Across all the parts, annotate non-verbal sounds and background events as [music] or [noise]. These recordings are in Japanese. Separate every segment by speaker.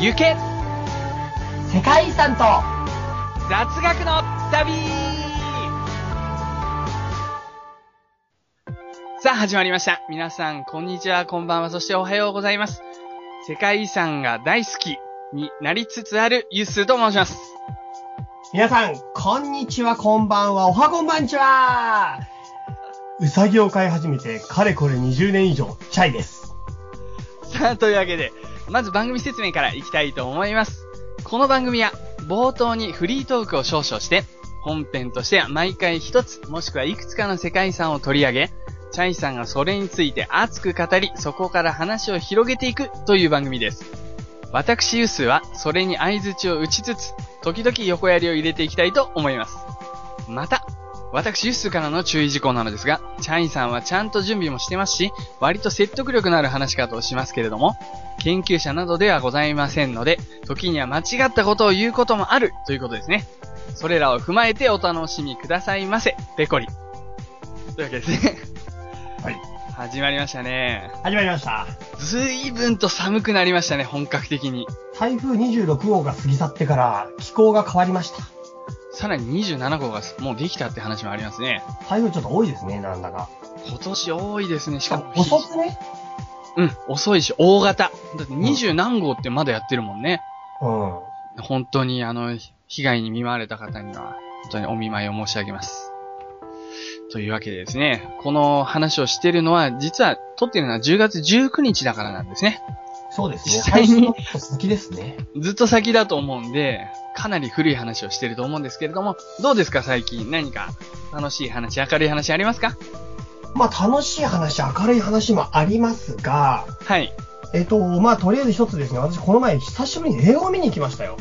Speaker 1: 行け
Speaker 2: 世界遺産と
Speaker 1: 雑学の旅さあ、始まりました。皆さん、こんにちは、こんばんは、そしておはようございます。世界遺産が大好きになりつつあるユースーと申します。
Speaker 2: 皆さん、こんにちは、こんばんは、おはこんばんちはうさぎを飼い始めて、かれこれ20年以上、チャイです。
Speaker 1: [laughs] さあ、というわけで、まず番組説明からいきたいと思います。この番組は、冒頭にフリートークを少々して、本編としては毎回一つ、もしくはいくつかの世界遺産を取り上げ、チャイさんがそれについて熱く語り、そこから話を広げていくという番組です。私ユースは、それに相槌を打ちつつ、時々横やりを入れていきたいと思います。また、私ユッスーからの注意事項なのですが、チャイさんはちゃんと準備もしてますし、割と説得力のある話し方をしますけれども、研究者などではございませんので、時には間違ったことを言うこともあるということですね。それらを踏まえてお楽しみくださいませ。ペコリ。というわけですね。 [laughs]
Speaker 2: はい。
Speaker 1: 始まりましたね。
Speaker 2: 始まりました。
Speaker 1: ずいぶんと寒くなりましたね、本格的に。
Speaker 2: 台風26号が過ぎ去ってから、気候が変わりました。
Speaker 1: さらに27号がもうできたって話もありますね。
Speaker 2: 台風ちょっと多いですね、なんだか。
Speaker 1: 今年多いですね、し
Speaker 2: し
Speaker 1: か
Speaker 2: か
Speaker 1: も
Speaker 2: も、。遅くね
Speaker 1: うん、遅いし、大型。だって二十何号ってまだやってるもんね。
Speaker 2: うん。
Speaker 1: 本当に、あの、被害に見舞われた方には、本当にお見舞いを申し上げます。というわけでですね、この話をしてるのは、実は、撮ってるのは10月19日だからなんですね。
Speaker 2: そうですね。
Speaker 1: 実際に
Speaker 2: 配信の続きですね。
Speaker 1: ずっと先だと思うんで、かなり古い話をしてると思うんですけれども、どうですか最近何か楽しい話、明るい話ありますか
Speaker 2: まあ、楽しい話、明るい話もありますが、
Speaker 1: はい。
Speaker 2: えっと、まあ、とりあえず一つですね、私この前久しぶりに映画を見に行きましたよ。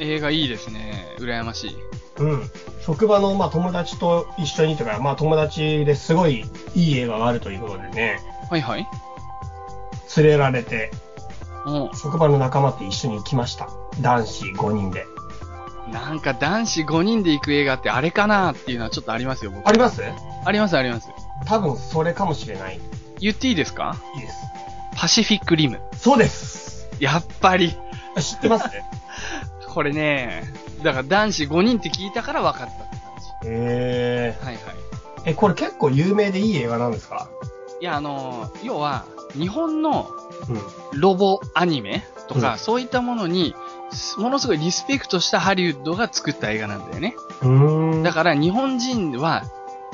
Speaker 1: 映画いいですね。羨ましい。
Speaker 2: うん。職場の、まあ、友達と一緒にというか、まあ、友達ですごいいい映画があるということでね、
Speaker 1: はいはい。
Speaker 2: 連れられて、
Speaker 1: うん。
Speaker 2: 職場の仲間と一緒に行きました。男子5人で。
Speaker 1: なんか男子5人で行く映画ってあれかなっていうのはちょっとありますよ、僕。
Speaker 2: あります
Speaker 1: あります、あります。
Speaker 2: 多分それかもしれない。
Speaker 1: 言っていいですか
Speaker 2: いいです。
Speaker 1: パシフィックリム。
Speaker 2: そうです
Speaker 1: やっぱり。
Speaker 2: 知ってますね。
Speaker 1: これね、だから男子5人って聞いたから分かったって感じ。
Speaker 2: え
Speaker 1: はいはい。
Speaker 2: ー、え、これ結構有名でいい映画なんですか
Speaker 1: いや、あのー、要は、日本の
Speaker 2: うん。
Speaker 1: ロボアニメとか、
Speaker 2: うん
Speaker 1: そういったものに、すものすごいリスペクトしたハリウッドが作った映画なんだよね。
Speaker 2: うーん。
Speaker 1: だから日本人は、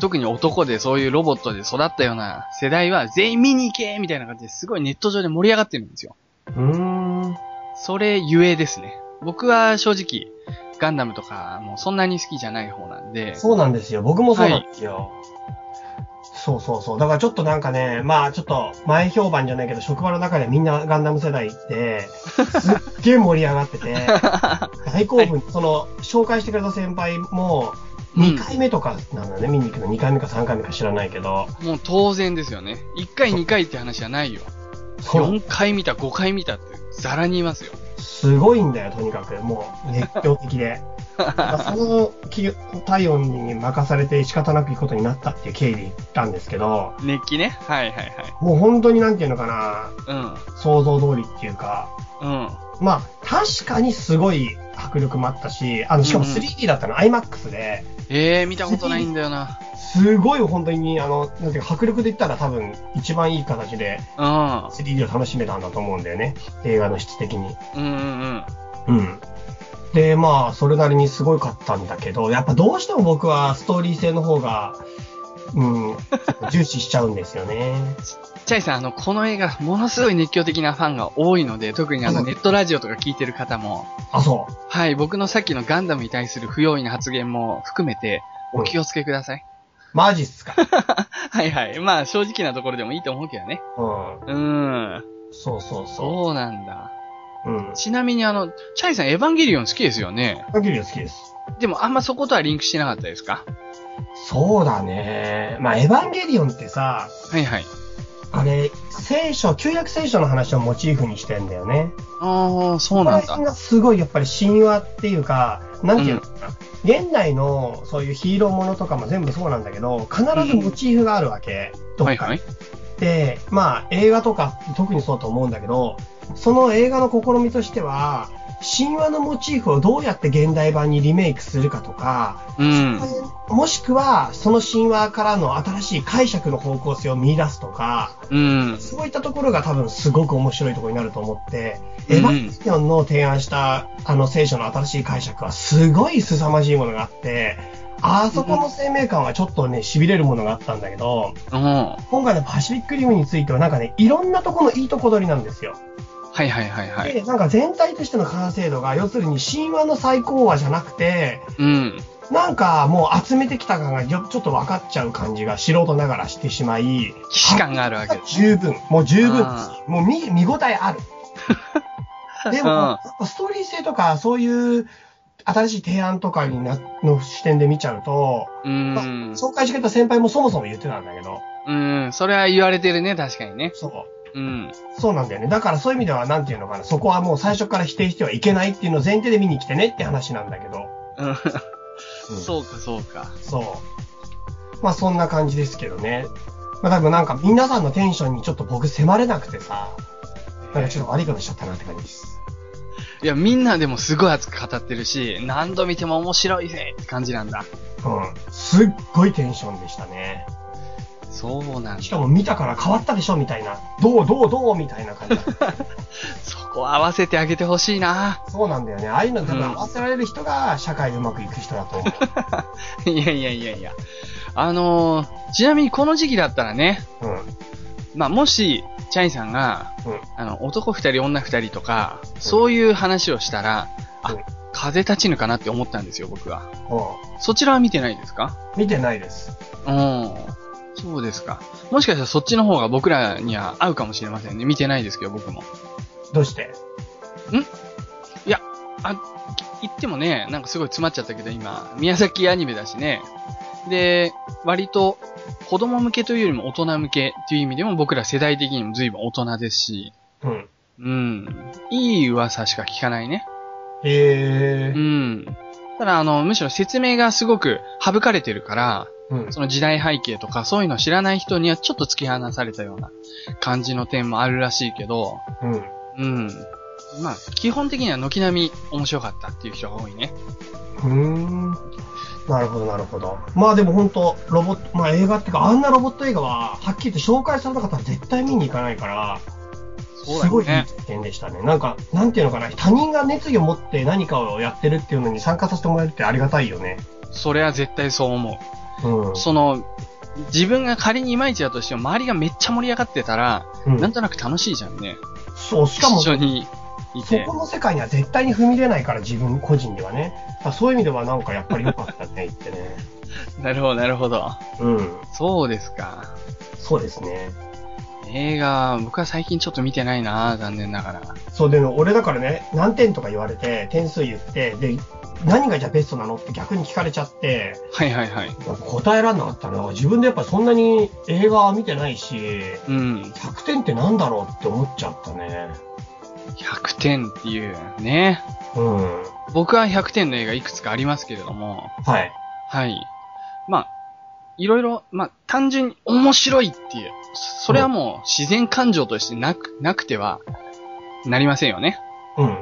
Speaker 1: 特に男でそういうロボットで育ったような世代は、全員見に行けみたいな感じですごいネット上で盛り上がってるんですよ。
Speaker 2: うーん。
Speaker 1: それゆえですね。僕は正直、ガンダムとか、もうそんなに好きじゃない方なんで、
Speaker 2: そうなんですよ。僕もそうなんですよ。そうそうそう。だからちょっとなんかね、まあちょっと前評判じゃないけど、職場の中でみんなガンダム世代で、すっげえ盛り上がっ
Speaker 1: [laughs]
Speaker 2: てて、大興奮、その、紹介してくれた先輩も、
Speaker 1: うん
Speaker 2: 2回目とかなんだね、見に行くの2回目か3回目か知らないけど、
Speaker 1: もう当然ですよね。1回2回って話はないよ。
Speaker 2: そう、
Speaker 1: 4回見た、5回見たって、ザラに言いますよ。
Speaker 2: すごいんだよ、とにかく。もう、熱狂的
Speaker 1: [laughs]
Speaker 2: で。だからその気体温に任されて仕方なく行くことになったっていう経緯で行ったんですけど、
Speaker 1: 熱気ね。はいはい
Speaker 2: もう本当になんていうのかな、
Speaker 1: は
Speaker 2: 想像通りっていうか、
Speaker 1: い。うん。うん。
Speaker 2: まあ、確かにすごい迫力もあったし、あの、しかも
Speaker 1: うん
Speaker 2: 3D だったの、IMAX で、
Speaker 1: ええー、見たことないんだよな。
Speaker 2: すごい本当に、あの、なんていうか、迫力で言ったら多分、一番いい形で
Speaker 1: [laughs] うん。
Speaker 2: 3D を楽しめたんだと思うんだよね。映画の質的に。
Speaker 1: うんうんうん。
Speaker 2: うん。で、まあ、それなりにすごかったんだけど、やっぱどうしても僕はストーリー性の方が、うん、重視しちゃうんですよね。
Speaker 1: チャイさん、あの、この映画、ものすごい熱狂的なファンが多いので、特にあの、
Speaker 2: うん
Speaker 1: ネットラジオとか聞いてる方も、
Speaker 2: あ、そ
Speaker 1: はい、僕のさっきのガンダムに対する不用意な発言も含めて、
Speaker 2: う。う
Speaker 1: お
Speaker 2: ん、
Speaker 1: 気をつけください。
Speaker 2: マジっす
Speaker 1: [laughs]
Speaker 2: か。
Speaker 1: はいはい。まあ、正直なところでもいいと思うけどね。
Speaker 2: うん。
Speaker 1: うーん。
Speaker 2: そうそうそ
Speaker 1: そうなんだ。
Speaker 2: う。うん。
Speaker 1: ちなみにあの、チャイさん、エヴァンゲリオン好きですよね。
Speaker 2: かけるよ好きです。
Speaker 1: でも、あんまそことはリンクしてなかったですか
Speaker 2: そうだね。まあ、エヴァンゲリオンってさ、
Speaker 1: はいはい。
Speaker 2: あれ、聖書、旧約聖書の話をモチーフにしてんだよね。
Speaker 1: ああ、そう
Speaker 2: こ
Speaker 1: な
Speaker 2: の
Speaker 1: んだ
Speaker 2: 辺。がすごいやっぱり神話っていうか、なんていうのかな。現代のそういうヒーローものとかも全部そうなんだけど、必ずモチーフがあるわけ。ど
Speaker 1: は
Speaker 2: っ
Speaker 1: い
Speaker 2: か
Speaker 1: はい。
Speaker 2: で、まあ、映画とか特にそうだと思うんだけど、その映画の試みとしては、神話のモチーフをどうやって現代版にリメイクするかとか、
Speaker 1: うん。
Speaker 2: もしくはその神話からの新しい解釈の方向性を見出すとか、
Speaker 1: うん。
Speaker 2: そういったところが多分すごく面白いところになると思って、
Speaker 1: うん
Speaker 2: エヴァンゲリオンの提案したあの聖書の新しい解釈はすごい凄まじいものがあって、あそこの生命感はちょっとね、痺れるものがあったんだけ
Speaker 1: お
Speaker 2: ど、
Speaker 1: ー
Speaker 2: 今回のパシフィックリムについてはなんかね、いろんなところのいいとこ取りなんですよ。
Speaker 1: はいはいはいはい。
Speaker 2: で、なんか全体としての完成度が、要するに神話の最高話じゃなくて、
Speaker 1: うん。
Speaker 2: なんかもう集めてきた感がよちょっと分かっちゃう感じが素人ながらしてしまい、
Speaker 1: 既視感があるわけです。
Speaker 2: 十分、もう十分です
Speaker 1: あ。
Speaker 2: もう見見応えあ
Speaker 1: [laughs]
Speaker 2: る。でも、ストーリー性とか、そういう新しい提案とかになの視点で見ちゃうと、
Speaker 1: うん。
Speaker 2: 紹介してくれた先輩もそもそも言ってたんだけど、
Speaker 1: うん。それは言われてるね、確かにね。
Speaker 2: そう。
Speaker 1: うん。
Speaker 2: そうなんだよね。だからそういう意味では、なんていうのかな、そこはもう最初から否定してはいけないっていうのを前提で見に来てねって話なんだけど。
Speaker 1: うん
Speaker 2: う
Speaker 1: そうかそうか。
Speaker 2: ん。そう。まあそんな感じですけどね。まあ多分なんか皆さんのテンションにちょっと僕迫れなくてさ、なんかちょっと悪いことしちゃったなって感じです。
Speaker 1: いや、みんなでもすごい熱く語ってるし、何度見ても面白いぜって感じなんだ。
Speaker 2: うん。すっごいテンションでしたね。
Speaker 1: そうなんだ
Speaker 2: し。かも見たから変わったでしょみたいな。どうどうどうみたいな [laughs] 感じだった。
Speaker 1: そこ合わせてあげてほしいな。 [laughs]
Speaker 2: そうなんだよね。ああいうの多分合わせられる人が社会でうまくいく人だと思
Speaker 1: いやいやいやいや。あのー、ちなみにこの時期だったらね、
Speaker 2: う。うん。
Speaker 1: まあ、もし、チャイさんが、
Speaker 2: うん
Speaker 1: あの、男二人、女二人とか、そういう話をしたら、あ
Speaker 2: うん、
Speaker 1: 風立ちぬかなって思ったんですよ、僕は。
Speaker 2: う
Speaker 1: そちらは見てないですか
Speaker 2: ん。見てないです。
Speaker 1: うん。そうですか。もしかしたらそっちの方が僕らには合うかもしれませんね。見てないですけど、僕も。
Speaker 2: どうして
Speaker 1: 言ってもね、なんかすごい詰まっちゃったけど、今、宮崎アニメだしね。で、割と、子供向けというよりも大人向けっていう意味でも僕ら世代的にも随分大人ですし、
Speaker 2: うん。
Speaker 1: うん。いい噂しか聞かないね。
Speaker 2: へ
Speaker 1: う
Speaker 2: え。
Speaker 1: ん。ただ、あの、むしろ説明がすごく省かれてるから、
Speaker 2: うん。
Speaker 1: その時代背景とかそういうのを知らない人にはちょっと突き放されたような感じの点もあるらしいけど、
Speaker 2: うん。
Speaker 1: うん。まあ、基本的には軒並み面白かったっていう人が多いね。
Speaker 2: うーん。なるほど、なるほど。まあでも本当、ロボット、まあ映画っていうか、あんなロボット映画は、はっきり言って紹介されなかったら絶対見に行かないから、
Speaker 1: そうだよね
Speaker 2: すごいいい経験でしたね。なんか、なんていうのかな、他人が熱意を持って何かをやってるっていうのに参加させてもらえるってありがたいよね。
Speaker 1: それは絶対そう思
Speaker 2: うん。
Speaker 1: う。その、自分が仮にいまいちだとしても周りがめっちゃ盛り上がってたら、
Speaker 2: うん
Speaker 1: なんとなく楽しいじゃんね。
Speaker 2: そう、しかも、
Speaker 1: 一緒
Speaker 2: そ
Speaker 1: にいて
Speaker 2: こ。の世界には絶対に踏み出ないから、自分個人ではね。だからそういう意味では、なんかやっぱり良かったね、言ってね。
Speaker 1: なるほど、なるほど。
Speaker 2: うん。
Speaker 1: そうですか。
Speaker 2: そうですね。
Speaker 1: 映画、僕は最近ちょっと見てないな残念ながら。
Speaker 2: そうでも俺だからね、何点とか言われて、点数言って、で、何がじゃあベストなのって逆に聞かれちゃって、
Speaker 1: はいはいはい。
Speaker 2: 答えらんなかったな。自分でやっぱそんなに映画は見てないし、
Speaker 1: うん。
Speaker 2: 100点ってなんだろうって思っちゃったね。
Speaker 1: 100点っていうね。
Speaker 2: うん。
Speaker 1: 僕は100点の映画いくつかありますけれども、
Speaker 2: はい。
Speaker 1: はい。まあ、いろいろ、まあ、単純に面白いっていう、それはもう自然感情としてなく、なくてはなりませんよね。
Speaker 2: うん。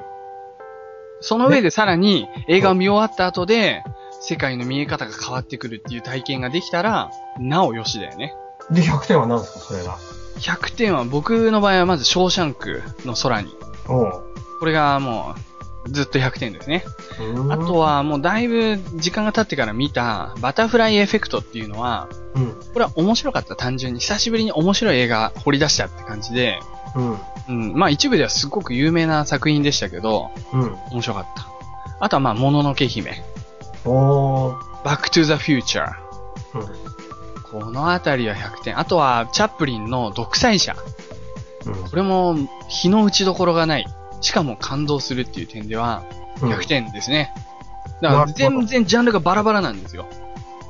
Speaker 1: その上でさらに映画を見終わった後で、世界の見え方が変わってくるっていう体験ができたら、なおよしだよね。
Speaker 2: で、100点は何ですか、それが。
Speaker 1: 100点は僕の場合はまず、ショーシャンクの空に。
Speaker 2: お
Speaker 1: これがもう、ずっと100点ですね。
Speaker 2: うん。
Speaker 1: あと、はもうだいぶ時間が経ってから見たバタフライエフェクトっていうのは、
Speaker 2: うん。
Speaker 1: これは面白かった単純に久しぶりに面白い映画掘り出したって感じで、
Speaker 2: うん。
Speaker 1: うん、まあ一部ではすごく有名な作品でしたけど、
Speaker 2: うん。
Speaker 1: 面白かった。あとはまあ、もののけ姫、
Speaker 2: おー。
Speaker 1: バックトゥザフューチャー。
Speaker 2: うん。
Speaker 1: このあたりは100点。あとは、チャップリンの独裁者。
Speaker 2: うん
Speaker 1: これも、日の打ちどころがない。しかも感動するっていう点では、
Speaker 2: うん。
Speaker 1: 100点ですね。だから、全然ジャンルがバラバラなんですよ。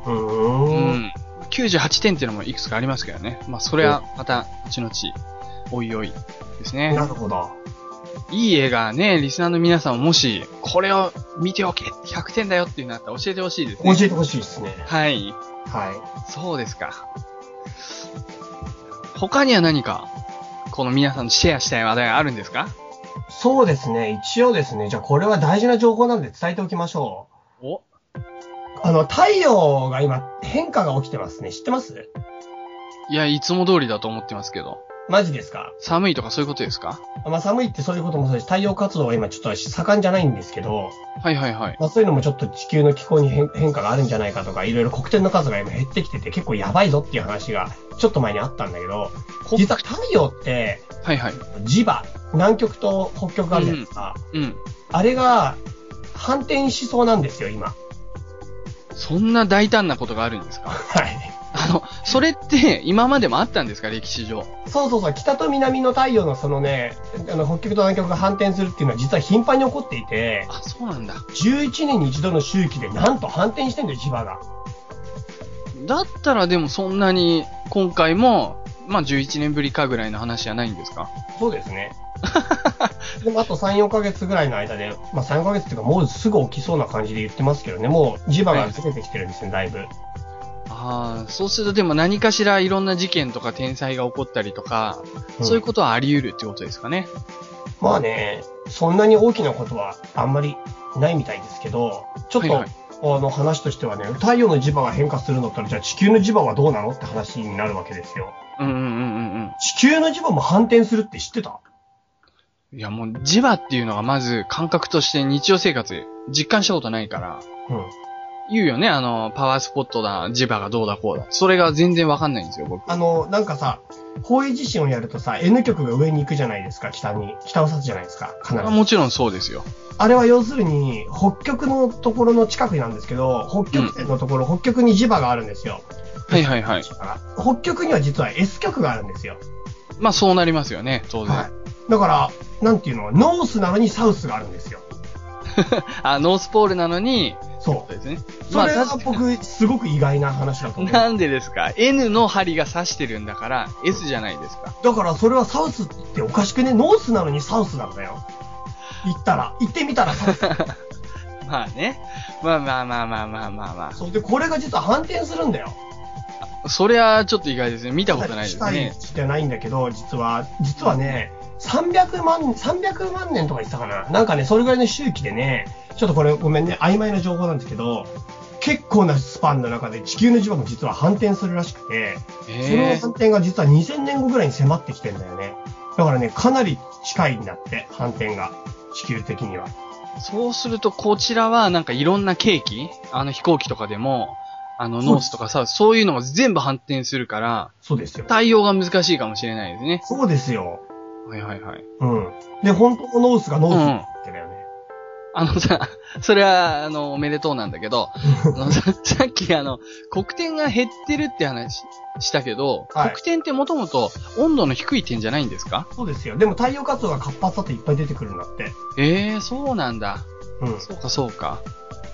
Speaker 2: う
Speaker 1: う
Speaker 2: ーん。
Speaker 1: ん。98点っていうのもいくつかありますけどね。まあ、それはまた、後々、おいおいですね
Speaker 2: な。るほど。
Speaker 1: いい映画ね、リスナーの皆さんももし、これを見ておけ、100点だよっていうのあったら教えてほしいです
Speaker 2: 教
Speaker 1: ね。
Speaker 2: えてほしいですね。
Speaker 1: はい。
Speaker 2: は
Speaker 1: そうですか。他には何か、この皆さんとシェアしたい話題あるんですか
Speaker 2: い。そうですね。一応ですね。じゃあこれは大事な情報なんで伝えておきましょ
Speaker 1: う。お
Speaker 2: う。あの、太陽が今変化が起きてますね。知ってます
Speaker 1: いや、いつも通りだと思ってますけど。
Speaker 2: マジですか
Speaker 1: 寒いとかそういうことですか
Speaker 2: まあ寒いってそういうこともそうですし、太陽活動が今ちょっと盛んじゃないんですけど、
Speaker 1: はいはいはい。
Speaker 2: まあそういうのもちょっと地球の気候に変変化があるんじゃないかとか、いろいろ黒点の数が今減ってきてて結構やばいぞっていう話がちょっと前にあったんだけど、実は太陽って
Speaker 1: はいはい。
Speaker 2: 磁場、南極と北極があるじゃないですか。
Speaker 1: うん。
Speaker 2: あれが反転しそうなんですよ、今。 [laughs]
Speaker 1: そんな大胆なことがあるんですか
Speaker 2: はい。
Speaker 1: あの、それって今までもあったんですか歴史上。
Speaker 2: そうそうそう、北と南の太陽のそのね、あの北極と南極が反転するっていうのは実は頻繁に起こっていて、
Speaker 1: あ、そうなんだ。
Speaker 2: 11年に一度の周期でなんと反転してんだよ、磁場が。
Speaker 1: だったらでもそんなに今回も、まあ11年ぶりかぐらいの話じゃないんですか
Speaker 2: そうで
Speaker 1: [laughs]
Speaker 2: すね。でもあと3、4ヶ月ぐらいの間で、まあ3、4ヶ月っていうかもうすぐ起きそうな感じで言ってますけどね、もう磁場がずれてきてるんですね、だいぶ。
Speaker 1: ああ、そうするとでも何かしらいろんな事件とか天災が起こったりとか、
Speaker 2: うん
Speaker 1: そういうことはあり得るってことですかね。
Speaker 2: まあね、そんなに大きなことはあんまりないみたいですけど、ちょっと、
Speaker 1: はいはい
Speaker 2: あの話としてはね、太陽の磁場が変化するんだったら、じゃあ地球の磁場はどうなのって話になるわけですよ。
Speaker 1: うんうんうんうん
Speaker 2: 地球の磁場も反転するって知ってた
Speaker 1: うん。いやもう磁場っていうのがまず感覚として日常生活で実感したことないから、
Speaker 2: うん。
Speaker 1: 言うよね、あの、パワースポットだ、磁場がどうだこうだ。それが全然わかんないんですよ、僕。
Speaker 2: あの、なんかさ、方位地震をやるとさ、N 極が上に行くじゃないですか、北に。北を指すじゃないですか、必ず。
Speaker 1: あもちろんそうですよ。
Speaker 2: あれは要するに、北極のところの近くなんですけど、北極点のところ、北極に磁場があるんですよ。
Speaker 1: はいはいはい。
Speaker 2: だから北極には実は S 極があるんですよ。
Speaker 1: まあそうなりますよね、当然。
Speaker 2: はい。だから、なんていうの、ノースなのにサウスがあるんですよ。
Speaker 1: [laughs] あ、ノースポールなのに、
Speaker 2: そ
Speaker 1: そう
Speaker 2: う。
Speaker 1: ですね。ま
Speaker 2: そ
Speaker 1: あ
Speaker 2: れは
Speaker 1: 確か
Speaker 2: 僕、すごく意外な話だと思う。
Speaker 1: なんでですか ?N の針が指してるんだから、S じゃないですか。
Speaker 2: だからそれはサウスっておかしくね、ノースなのにサウスなんだよ。行ったら、行ってみ
Speaker 1: [laughs]
Speaker 2: たらサウス。
Speaker 1: まあね。まあまあまあまあまあまあま
Speaker 2: そうで、これが実は反転するんだよ。
Speaker 1: あ。それはちょっと意外ですね。見たことないです
Speaker 2: 近い
Speaker 1: ね。
Speaker 2: じゃないんだけど、実は、実はね、300万、300万年とか言ってたかななんかね、それぐらいの周期でね、ちょっとこれごめんね、曖昧な情報なんですけど、結構なスパンの中で地球の磁場も実は反転するらしくて、その
Speaker 1: へえ。
Speaker 2: 反転が実は2000年後ぐらいに迫ってきてんだよね。だからね、かなり近いんだって、反転が。地球的には。
Speaker 1: そうすると、こちらはなんかいろんなケーキあの飛行機とかでも、あの、
Speaker 2: そうです
Speaker 1: ノースとかさ、そういうのも全部反転するから、
Speaker 2: そうですよ。
Speaker 1: 対応が難しいかもしれないですね。
Speaker 2: そうですよ。
Speaker 1: はいはいはい。
Speaker 2: うん。で、本当のノースがノースになってだよね。
Speaker 1: あのさ、それは、あの、おめでとうなんだけ
Speaker 2: [laughs]
Speaker 1: ど、あのささっきあの、黒点が減ってるって話したけど、
Speaker 2: はい
Speaker 1: 黒点ってもともと温度の低い点じゃないんですか
Speaker 2: そうですよ。でも太陽活動が活発だといっぱい出てくるんだって。
Speaker 1: ええそうなんだ。
Speaker 2: うん。
Speaker 1: そうかそうか。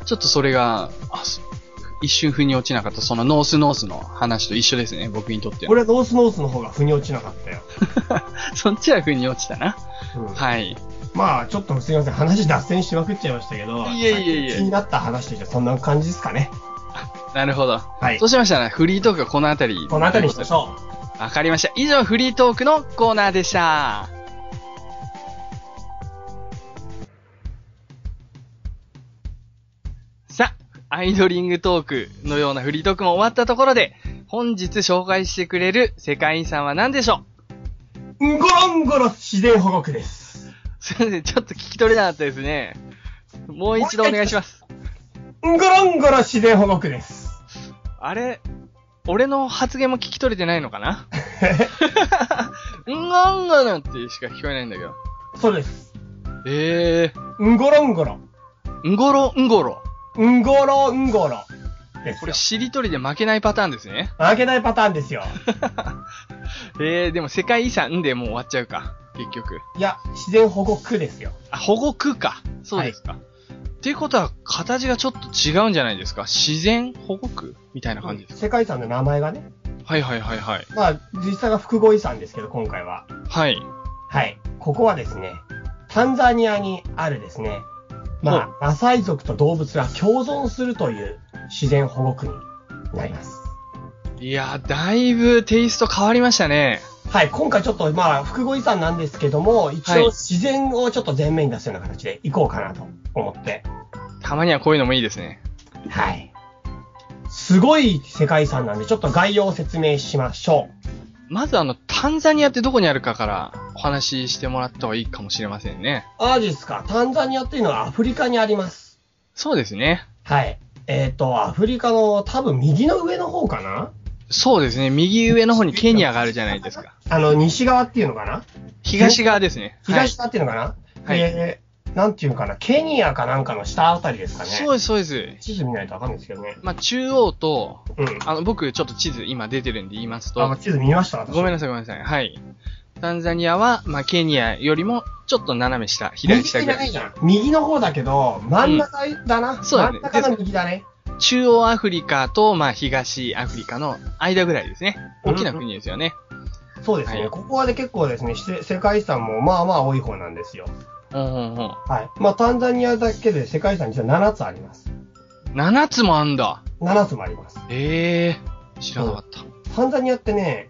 Speaker 1: ちょっとそれが、あそ一瞬腑に落ちなかった、そのノースノースの話と一緒ですね、僕にとっては。
Speaker 2: 俺はノースノースの方が腑に落ちなかったよ。
Speaker 1: そっちは腑に落ちたな。
Speaker 2: うん
Speaker 1: はい。
Speaker 2: まあ、ちょっとすいません。話脱線しまくっちゃいましたけど。
Speaker 1: いえいえいえ
Speaker 2: 気になった話としてはそんな感じですかね。
Speaker 1: なるほど。
Speaker 2: はい
Speaker 1: そう。しましたら、フリートークはこの辺り。
Speaker 2: この辺りにしましょう。
Speaker 1: わかりました。以上、フリートークのコーナーでした。さあ、アイドリングトークのようなフリートークも終わったところで、本日紹介してくれる世界遺産は何でしょ
Speaker 2: ゴロンゴロ自然保護区です。
Speaker 1: う [laughs] すいません、ちょっと聞き取れなかったですね。もう一度お願いします。
Speaker 2: ゴロンゴロ自然保護区です。 [laughs]
Speaker 1: あれ、俺の発言も聞き取れてないのかな [laughs] うんがんがなんってしか聞こえないんだけど。
Speaker 2: そうです。
Speaker 1: ええ
Speaker 2: んごろんごろ。
Speaker 1: ー、んごろんごろ。
Speaker 2: んごろんごろ。です
Speaker 1: こ
Speaker 2: よ
Speaker 1: れ、。しりとりで負けないパターンですね。
Speaker 2: 負けないパターンですよ。
Speaker 1: [laughs] えー、でも世界遺産でもう終わっちゃうか。結局。
Speaker 2: いや、自然保護区ですよ。
Speaker 1: あ、保護区か。そうですか。っていうことは、形がちょっと違うんじゃないですか。自然保護区みたいな感じです
Speaker 2: 世界遺産の名前がね。
Speaker 1: か。はいはいはいはい。
Speaker 2: まあ、実際は複合遺産ですけど、今回は。
Speaker 1: はい。
Speaker 2: はい。ここはですね、タンザニアにあるですね、
Speaker 1: ほ
Speaker 2: まあ、マサイ族と動物が共存するという自然保護区になります。
Speaker 1: いやー、だいぶテイスト変わりましたね。
Speaker 2: はい、今回ちょっと、まあ、複合遺産なんですけども、一
Speaker 1: はい
Speaker 2: 応自然をちょっと前面に出すような形でいこうかなと思って。
Speaker 1: たまにはこういうのもいいですね。
Speaker 2: はい。すごい世界遺産なんで、ちょっと概要を説明しましょう。
Speaker 1: まずあの、タンザニアってどこにあるかからお話ししてもらった方がいいかもしれませんね。
Speaker 2: アージスか、タンザニアっていうのはアフリカにあります。
Speaker 1: そうですね。
Speaker 2: はい。えっ、と、アフリカの多分右の上の方かな
Speaker 1: そうですね。右上の方にケニアがあるじゃないです
Speaker 2: [laughs]
Speaker 1: か。
Speaker 2: あの、西側っていうのかな
Speaker 1: 東側ですね。
Speaker 2: 東側っていうのかな、
Speaker 1: はい
Speaker 2: えーなんていうのかな、ケニアかなんかの下あたりですか
Speaker 1: はい、
Speaker 2: ね。
Speaker 1: そうです、そうです。
Speaker 2: 地図見ないとわかんないですけどね。
Speaker 1: まあ、中央と、
Speaker 2: うん。
Speaker 1: あの、僕、ちょっと地図今出てるんで言います
Speaker 2: あ、
Speaker 1: と、
Speaker 2: 地図見ました私
Speaker 1: ごめんなさい、ごめんなさい。はい。タンザニアは、まあ、ケニアよりも、ちょっと斜め下、左
Speaker 2: 右
Speaker 1: 下
Speaker 2: じ
Speaker 1: ぐ
Speaker 2: ゃな
Speaker 1: ら
Speaker 2: い
Speaker 1: い
Speaker 2: じ。ゃん。右の方だけど、真ん中だな。
Speaker 1: そうだね
Speaker 2: 真ん中の右だね。
Speaker 1: 中央アフリカと、まあ、東アフリカの間ぐらいですね。大きな国ですよね。
Speaker 2: そうですね。
Speaker 1: はい
Speaker 2: ここはね、結構ですね、して世界遺産もまあまあ多い方なんですよ。
Speaker 1: うん、うん、うん。
Speaker 2: はい。まあ、タンザニアだけで世界遺産実は7つあります。
Speaker 1: 7つもあんだ。
Speaker 2: 7つもあります。
Speaker 1: ええー、知らなかった。
Speaker 2: タンザニアってね、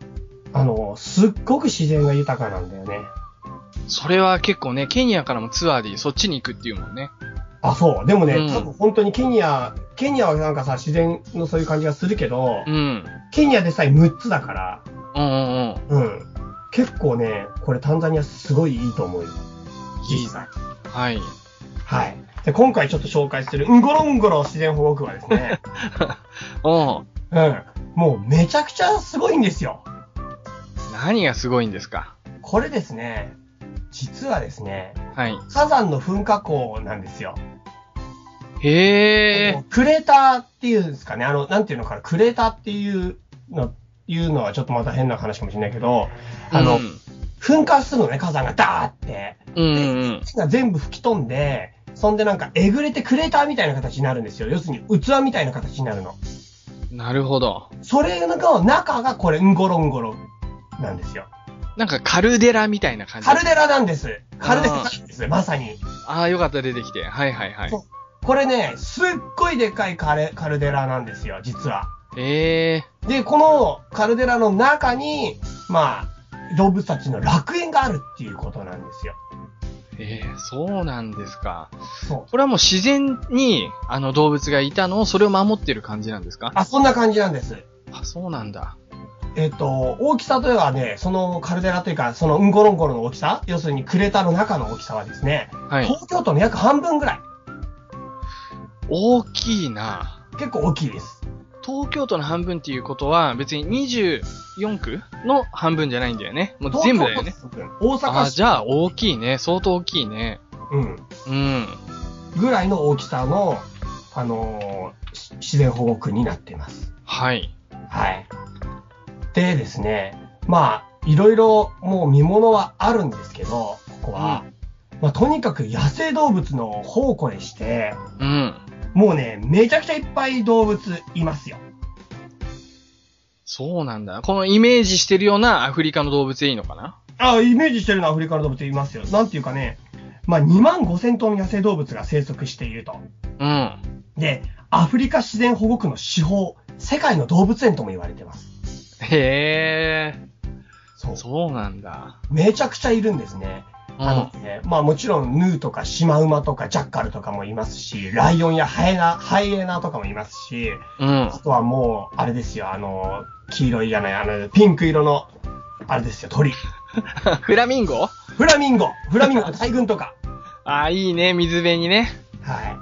Speaker 2: あの、すっごく自然が豊かなんだよね。
Speaker 1: それは結構ね、ケニアからもツアーでそっちに行くっていうもんね。
Speaker 2: あ、そう。でもね、
Speaker 1: うん
Speaker 2: 多分本当にケニア、ケニアはなんかさ、自然のそういう感じがするけど、
Speaker 1: うん。
Speaker 2: ケニアでさえ6つだから、
Speaker 1: うんうんうん。
Speaker 2: うん。結構ね、これタンザニアすごいいいと思うよ。
Speaker 1: いい
Speaker 2: 実際。
Speaker 1: はい。
Speaker 2: はい。で、今回ちょっと紹介する、んごろんごろ自然保護区はですね、
Speaker 1: [laughs] うん。
Speaker 2: うん。もうめちゃくちゃすごいんですよ。
Speaker 1: 何がすごいんですか
Speaker 2: これですね、実はですね、
Speaker 1: はい。
Speaker 2: 火山の噴火口なんですよ。
Speaker 1: へ
Speaker 2: あ
Speaker 1: え
Speaker 2: の。クレーターっていうんですかね、あの、なんていうのかな、クレーターっていうの、いうのはちょっとまた変な話かもしれないけど、あの、
Speaker 1: うん
Speaker 2: 噴火するのね、火山がダーって。
Speaker 1: うん
Speaker 2: で
Speaker 1: うんうん。
Speaker 2: 火が全部吹き飛んで、そんでなんかえぐれてクレーターみたいな形になるんですよ。要するに器みたいな形になるの。
Speaker 1: なるほど。
Speaker 2: それの中がこれ、んごろんごろなんですよ。
Speaker 1: なんかカルデラみたいな感じ。
Speaker 2: カルデラなんです。カルデラ
Speaker 1: あ
Speaker 2: なんです。まさに。
Speaker 1: ああ、よかった、出てきて。はいはいはい
Speaker 2: そ。うこれね、すっごいでっかいカレカルデラなんですよ、実は。
Speaker 1: ええ
Speaker 2: で、このカルデラの中に、まあ、動物たちの楽園があるっていうことなんですよ。
Speaker 1: ええそうなんですか。
Speaker 2: そう。
Speaker 1: これはもう自然に、あの動物がいたのを、それを守ってる感じなんですか
Speaker 2: あ、そんな感じなんです。
Speaker 1: あ、そうなんだ。
Speaker 2: えっ、と、大きさというのはね、そのカルデラというか、そのうんころんころの大きさ、要するにクレーターの中の大きさはですね、
Speaker 1: はい。
Speaker 2: 東京都の約半分ぐらい、
Speaker 1: 大きいな。
Speaker 2: 結構大きいです。
Speaker 1: 東京都の半分っていうことは、別に24区の半分じゃないんだよね。もう全部だよね。
Speaker 2: 東京都の半分。大
Speaker 1: あ
Speaker 2: 阪
Speaker 1: あ、
Speaker 2: 市、
Speaker 1: じゃあ大きいね。相当大きいね。
Speaker 2: うん、
Speaker 1: うん。
Speaker 2: ぐらいの大きさの、あのーし自然保護区になっています。
Speaker 1: はい。
Speaker 2: はい。でですね、まあ、いろいろもう見物はあるんですけど、ここは、まあ、とにかく野生動物の宝庫でして、
Speaker 1: うん。
Speaker 2: もうね、めちゃくちゃいっぱい動物いますよ。
Speaker 1: そうなんだ。このイメージしてるようなアフリカの動物でいいのかな
Speaker 2: あ、イメージしてるのはアフリカの動物いますよ。なんていうかね、まあ、2万5千トン野生動物が生息していると。
Speaker 1: うん。
Speaker 2: で、アフリカ自然保護区の司法、世界の動物園とも言われてます。
Speaker 1: へえ。
Speaker 2: そう。
Speaker 1: そうなんだ。
Speaker 2: めちゃくちゃいるんですね。
Speaker 1: う
Speaker 2: あ
Speaker 1: ん。
Speaker 2: の、ね、まあもちろん、ヌーとかシマウマとかジャッカルとかもいますし、ライオンやハエナ、ハイエナとかもいますし、
Speaker 1: うん
Speaker 2: あ。とはもう、あれですよ、あの、黄色いじゃない、あの、ピンク色の、あれですよ、鳥。
Speaker 1: [laughs] フラミンゴ
Speaker 2: フラミンゴフラミンゴの大群とか。
Speaker 1: ああ、いいね。水辺にね。
Speaker 2: はい。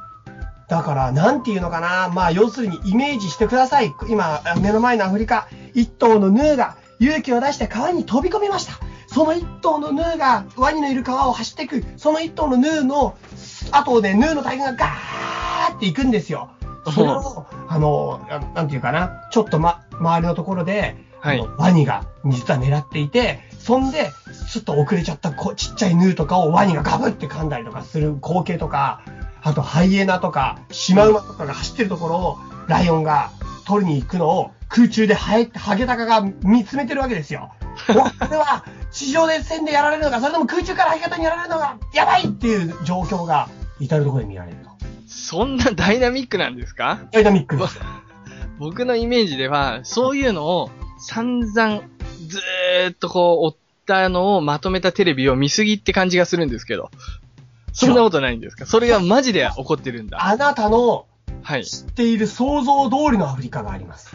Speaker 2: だから、なんていうのかな。まあ、要するにイメージしてください。今、目の前のアフリカ、一頭のヌーが勇気を出して川に飛び込みました。その一頭のヌーがワニのいる川を走っていく。その一頭のヌーの後をね、ヌーの大群がガーって行くんですよ。それを、あの、ななんていうかな。ちょっとま、周りのところで、
Speaker 1: はい
Speaker 2: あ。のワニが実は狙っていて、そんで、ちょっと遅れちゃったこちっちゃいヌーとかをワニがガブって噛んだりとかする光景とか、あとハイエナとかシマウマとかが走ってるところをライオンが取りに行くのを空中でハエハゲタカが見つめてるわけですよ。うわこれは地上で線でやられるのか、それとも空中からハゲタカにやられるのがやばいっていう状況が至るところで見られると。
Speaker 1: そんなダイナミックなんですか
Speaker 2: ダイナミックです。
Speaker 1: 僕のイメージでは、そういうのを散々ずーっとこう追ったのをまとめたテレビを見すぎって感じがするんですけど。そんなことないんですかそれがマジで起こってるんだ。
Speaker 2: あなたの
Speaker 1: はい。
Speaker 2: 知っている想像通りのアフリカがあります。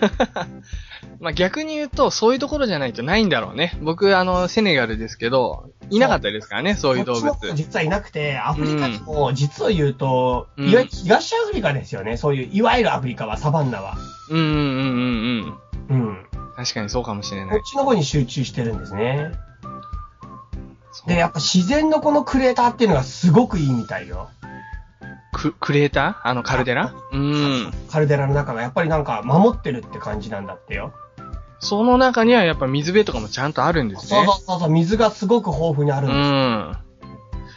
Speaker 1: まあ、逆に言うと、そういうところじゃないとないんだろうね。僕、あの、セネガルですけど、いなかったですからね、そういう動
Speaker 2: こ
Speaker 1: 物
Speaker 2: っ。ちの方実はいなくて、アフリカにも実を言うと、
Speaker 1: うん
Speaker 2: いわゆる東アフリカですよね。そういう、いわゆるアフリカは、サバンナは。
Speaker 1: うんうんうんうん。
Speaker 2: うん。
Speaker 1: 確かにそうかもしれな
Speaker 2: こ
Speaker 1: い
Speaker 2: っ。ちの方に集中してるんですね。
Speaker 1: そう
Speaker 2: で、やっぱ自然のこのクレーターっていうのがすごくいいみたいよ。
Speaker 1: ククレーターあのカルデラうん。
Speaker 2: カルデラの中がやっぱりなんか守ってるって感じなんだってよ。
Speaker 1: その中にはやっぱ水辺とかもちゃんとあるんです
Speaker 2: そう
Speaker 1: ね
Speaker 2: そ。うそうそう、水がすごく豊富にあ
Speaker 1: う
Speaker 2: るんで
Speaker 1: ん。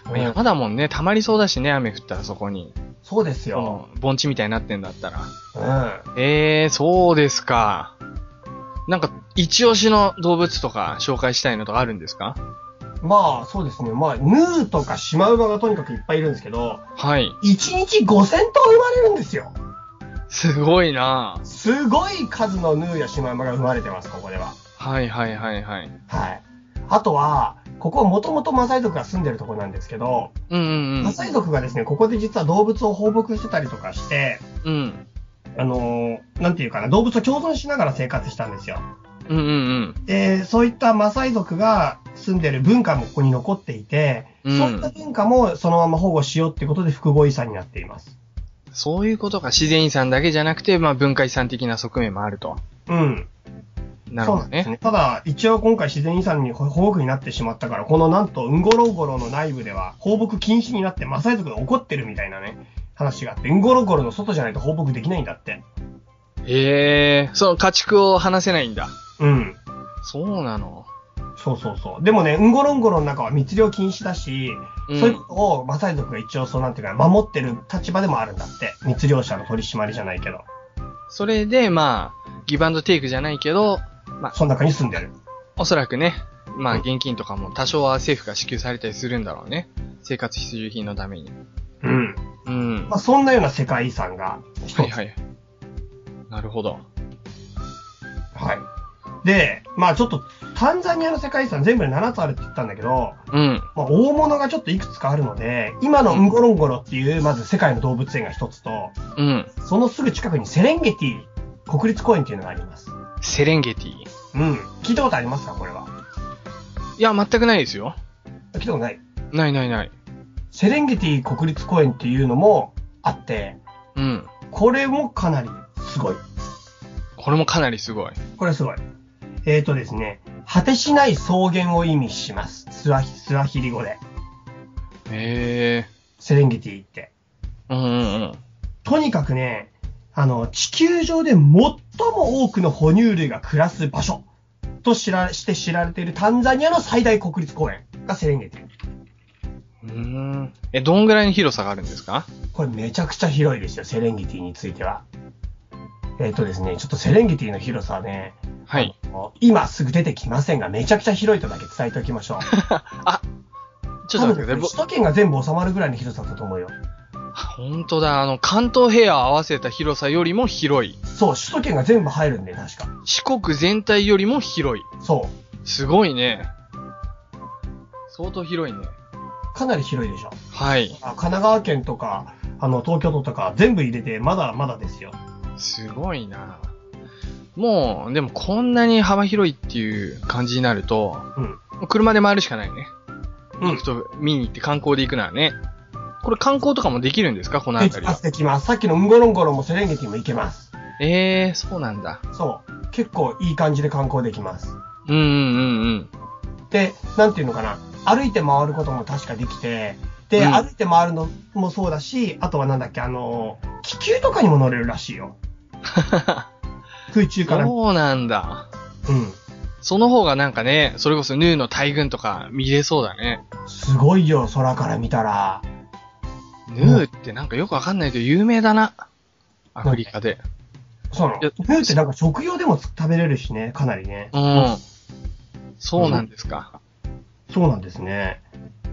Speaker 2: す。うん
Speaker 1: 山だもんね、溜まりそうだしね、雨降ったらそこに。
Speaker 2: そうです
Speaker 1: こ
Speaker 2: よ。
Speaker 1: の盆地みたいになってんだったら。
Speaker 2: うん。
Speaker 1: えー、そうですか。なんか、一押しの動物とか紹介したいのとかあるんですか
Speaker 2: まあ、そうですね。まあ、ヌーとかシマウマがとにかくいっぱいいるんですけど、
Speaker 1: はい。
Speaker 2: 1日5000頭生まれるんですよ。
Speaker 1: すごいな
Speaker 2: すごい数のヌーやシマウマが生まれてます、ここでは。
Speaker 1: はいはいはいはい。
Speaker 2: はい。あとは、ここはもともとマサイ族が住んでるとこなんですけど、
Speaker 1: うんうん
Speaker 2: マサイ族がですね、ここで実は動物を放牧してたりとかして、
Speaker 1: うん。うん。
Speaker 2: あのーなんていうかな、動物と共存しながら生活したんですよ。
Speaker 1: うんうん
Speaker 2: で、そういったマサイ族が住んでる文化もここに残っていて、
Speaker 1: うん
Speaker 2: そういった文化もそのまま保護しようってことで複合遺産になっています。
Speaker 1: うん。そういうことか。自然遺産だけじゃなくて、まあ文化遺産的な側面もあると。
Speaker 2: うん。
Speaker 1: なる
Speaker 2: そう
Speaker 1: ほ
Speaker 2: な
Speaker 1: ど
Speaker 2: んです
Speaker 1: ね。
Speaker 2: ね。ただ、一応今回自然遺産に保護区になってしまったから、このなんと、ウンゴロゴロの内部では放牧禁止になって、マサイ族が怒ってるみたいなね、話があって、ウンゴロゴロの外じゃないと放牧できないんだって。
Speaker 1: へえー、その家畜を離せないんだ。
Speaker 2: うん。
Speaker 1: そうなの。
Speaker 2: そうそうそう。でもね、ウンゴロンゴロの中は密漁禁止だし、
Speaker 1: うん
Speaker 2: そういうことをマサイ族が一応そうなんていうか、守ってる立場でもあるんだって。密漁者の取り締まりじゃないけど、
Speaker 1: それで、まあ、ギブアンドテイクじゃないけど、
Speaker 2: その中に住んでる。
Speaker 1: おそらくね、まあ
Speaker 2: うん
Speaker 1: 現金とかも多少は政府が支給されたりするんだろうね。生活必需品のために。
Speaker 2: うん。
Speaker 1: うん。
Speaker 2: まあ、そんなような世界遺産が一つ
Speaker 1: はいはい。なるほど。
Speaker 2: はい。で、まあちょっと、タンザニアの世界遺産全部で7つあるって言ったんだけど、
Speaker 1: うん。
Speaker 2: まあ大物がちょっといくつかあるので、今のウンゴロンゴロっていう、まず世界の動物園が一つと、
Speaker 1: うん。
Speaker 2: そのすぐ近くにセレンゲティ国立公園っていうのがあります。
Speaker 1: セレンゲティ。い
Speaker 2: うん。聞いたことありますかこれは。
Speaker 1: や、全くないですよ。
Speaker 2: 聞いたことない。
Speaker 1: ないないない。
Speaker 2: セレンゲティ国立公園っていうのもあって、
Speaker 1: うん。
Speaker 2: これもかなりすごい。
Speaker 1: これもかなりすごい。
Speaker 2: これすごい。えーとですね、果てしない草原を意味します。スワヒスワヒリ語で。
Speaker 1: へえ。
Speaker 2: セレンゲティって。
Speaker 1: うんうんうん。
Speaker 2: とにかくね、あの、地球上で最も多くの哺乳類が暮らす場所と知ら、して知られているタンザニアの最大国立公園がセレンゲティ。
Speaker 1: うーん。え、どんぐらいの広さがあるんですか
Speaker 2: これめちゃくちゃ広いですよ、セレンゲティについては。えっ、とですね、ちょっとセレンゲティの広さはね、
Speaker 1: はい。
Speaker 2: あの今すぐ出てきませんが、めちゃくちゃ広いとだけ伝えておきましょう。
Speaker 1: [laughs] ちょっと待ってくだ
Speaker 2: 多分
Speaker 1: さい
Speaker 2: 首。都圏が全部収まるぐらいの広さだと思うよ。
Speaker 1: 本当だ。あの、関東平野を合わせた広さよりも広い。
Speaker 2: そう、首都圏が全部入るんで、確か。
Speaker 1: 四国全体よりも広い。
Speaker 2: そ
Speaker 1: すごいね。相当広いね。
Speaker 2: う、かなり広いでしょ。
Speaker 1: はい。
Speaker 2: あ神奈川県とか、あの、東京都とか全部入れて、まだまだですよ。
Speaker 1: すごいな。もう、でもこんなに幅広いっていう感じになると、
Speaker 2: うん。
Speaker 1: 車で回るしかないね。
Speaker 2: う
Speaker 1: 行くと、見に行って観光で行くならね。これ観光とかもできるんですかこの
Speaker 2: で
Speaker 1: 辺
Speaker 2: き
Speaker 1: り
Speaker 2: ま
Speaker 1: は
Speaker 2: す、。できます。さっきのウンゴロンゴロもセレンゲティも行けます。
Speaker 1: ええー、そうなんだ。
Speaker 2: そう。結構いい感じで観光できます。
Speaker 1: うんうんうん
Speaker 2: [laughs]
Speaker 1: うん。
Speaker 2: で、なんていうのかな。歩いて回ることも確かできて、で、
Speaker 1: うん
Speaker 2: 歩いて回るのもそうだし、あとはなんだっけ、あの、気球とかにも乗れるらしいよ。空中から。うん。
Speaker 1: そうなんだ。その方がなんかね、それこそヌーの大群とか見れそうだね。
Speaker 2: すごいよ、空から見たら。
Speaker 1: ヌーってなんかよくわかんないけど有名だな。アフリカで。
Speaker 2: そうなの。
Speaker 1: いや
Speaker 2: ヌーってなんか食用でも食べれるしね、かなりね。
Speaker 1: うん。そうなんですか。
Speaker 2: そうなんですね。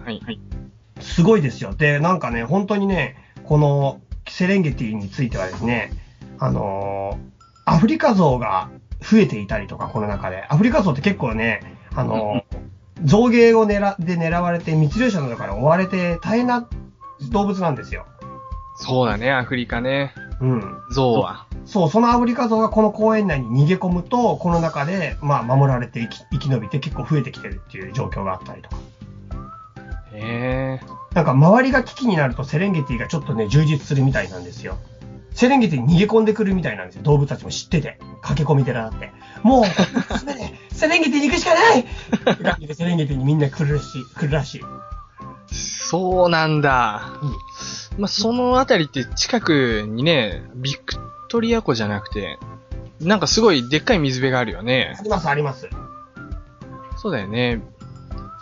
Speaker 1: はい。はい。
Speaker 2: すごいですよ。で、なんかね、本当にね、このセレンゲティについてはですね、あのーアフリカゾウが増えていたりとか、この中で。アフリカゾウって結構ね、あのー造芸を狙で狙われて、密猟者などから追われて、大変な動物なんですよ。
Speaker 1: そうだね、アフリカね。
Speaker 2: うん。
Speaker 1: ゾウは。
Speaker 2: そう、そのアフリカゾウがこの公園内に逃げ込むと、この中で、まあ、守られて生き生き延びて結構増えてきてるっていう状況があったりとか。
Speaker 1: へえ。
Speaker 2: なんか、周りが危機になるとセレンゲティがちょっとね、充実するみたいなんですよ。セレンゲティに逃げ込んでくるみたいなんですよ。動物たちも知ってて。駆け込み寺だって。
Speaker 1: [laughs]
Speaker 2: もう、すべて、セレンゲティに行くしかないって感じで [laughs] セレンゲティにみんな来るらしい、来るらしい。
Speaker 1: そうなんだ。まあ、そのあたりって近くにね、ビクトリア湖じゃなくて、なんかすごいでっかい水辺があるよね
Speaker 2: あ。ります、あります。
Speaker 1: そうだよね。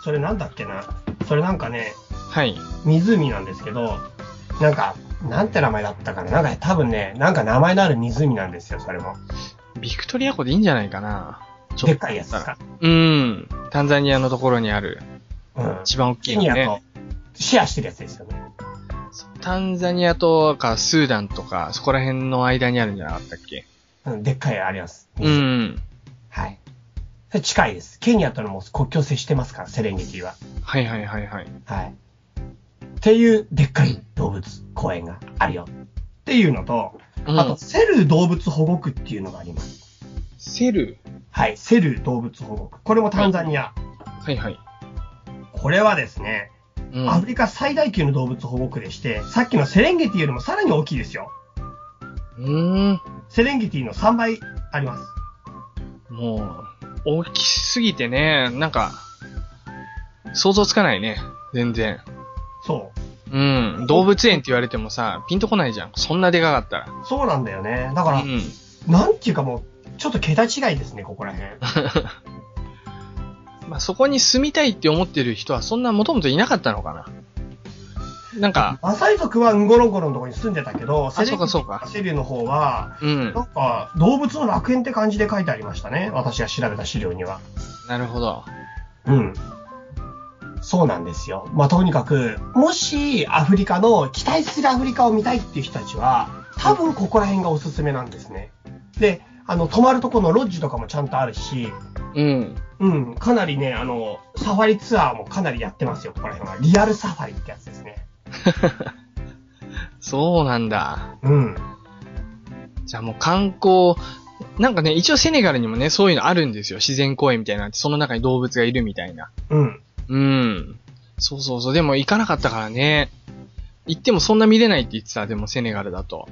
Speaker 2: それなんだっけな。それなんかね、
Speaker 1: はい。
Speaker 2: 湖なんですけど、なんか、なんて名前だったかな。なんか多分ね、なんか名前のある湖なんですよ、それも。
Speaker 1: ビクトリア湖でいいんじゃないかな。ちょっと
Speaker 2: でっかいやつですか。
Speaker 1: うん。タンザニアのところにある、
Speaker 2: うん。
Speaker 1: 一番大きい
Speaker 2: ケ
Speaker 1: の
Speaker 2: ニア
Speaker 1: ね
Speaker 2: と。シェアしてるやつですよね。
Speaker 1: タンザニアとかスーダンとか、そこら辺の間にあるんじゃなかったっけ
Speaker 2: うん、でっかいあります。
Speaker 1: うん。
Speaker 2: はい。それ近いです。ケニアとのもう国境接してますから、セレンゲティは。
Speaker 1: はいはいはいはい。
Speaker 2: はい。っていう、でっかい動物公園があるよ。っていうのと、
Speaker 1: うん
Speaker 2: あと、セル動物保護区っていうのがあります。
Speaker 1: セル
Speaker 2: はい。セル動物保護区。これもタンザニア。
Speaker 1: はいはい。
Speaker 2: これはです
Speaker 1: う
Speaker 2: ね、
Speaker 1: ん
Speaker 2: アフリカ最大級の動物保護区でして、さっきのセレンゲティよりもさらに大きいですよ。
Speaker 1: う
Speaker 2: セレンゲティの3倍あります。
Speaker 1: ーん。もう、大きすぎてね、なんか、想像つかないね。全然。
Speaker 2: そう。
Speaker 1: うん。動物園って言われてもさ、ピンとこないじゃん。そんなでかかったら。
Speaker 2: そうなんだよね。だから、
Speaker 1: うん。 [laughs]
Speaker 2: なんていうかもう、ちょっと桁違いですね、ここら辺。
Speaker 1: まあ、そこに住みたいって思ってる人はそんなもともといなかったのかな。なんか、
Speaker 2: マサイ族はンゴロンゴロのとこに住んでたけど、セレ
Speaker 1: そうかそうか
Speaker 2: セリュの方は、
Speaker 1: うん
Speaker 2: な。んか、動物の楽園って感じで書いてありましたね。私が調べた資料には。
Speaker 1: なるほど。
Speaker 2: うん。そうなんですよ。まあ、とにかく、もしアフリカの、期待するアフリカを見たいっていう人たちは、多分ここら辺がおすすめなんですね。で、あの、泊まるとこのロッジとかもちゃんとあるし、
Speaker 1: うん。
Speaker 2: うん、かなりね、あの、サファリツアーもかなりやってますよ、ここら辺は。リアルサファリってやつですね。
Speaker 1: そうなんだ。
Speaker 2: うん。
Speaker 1: じゃあもう観光、なんかね、一応セネガルにもね、そういうのあるんですよ。自然公園みたいなのって、その中に動物がいるみたいな。
Speaker 2: うん。
Speaker 1: うん。そうそうそう。でも行かなかったからね。行ってもそんな見れないって言ってた。でもセネガルだと。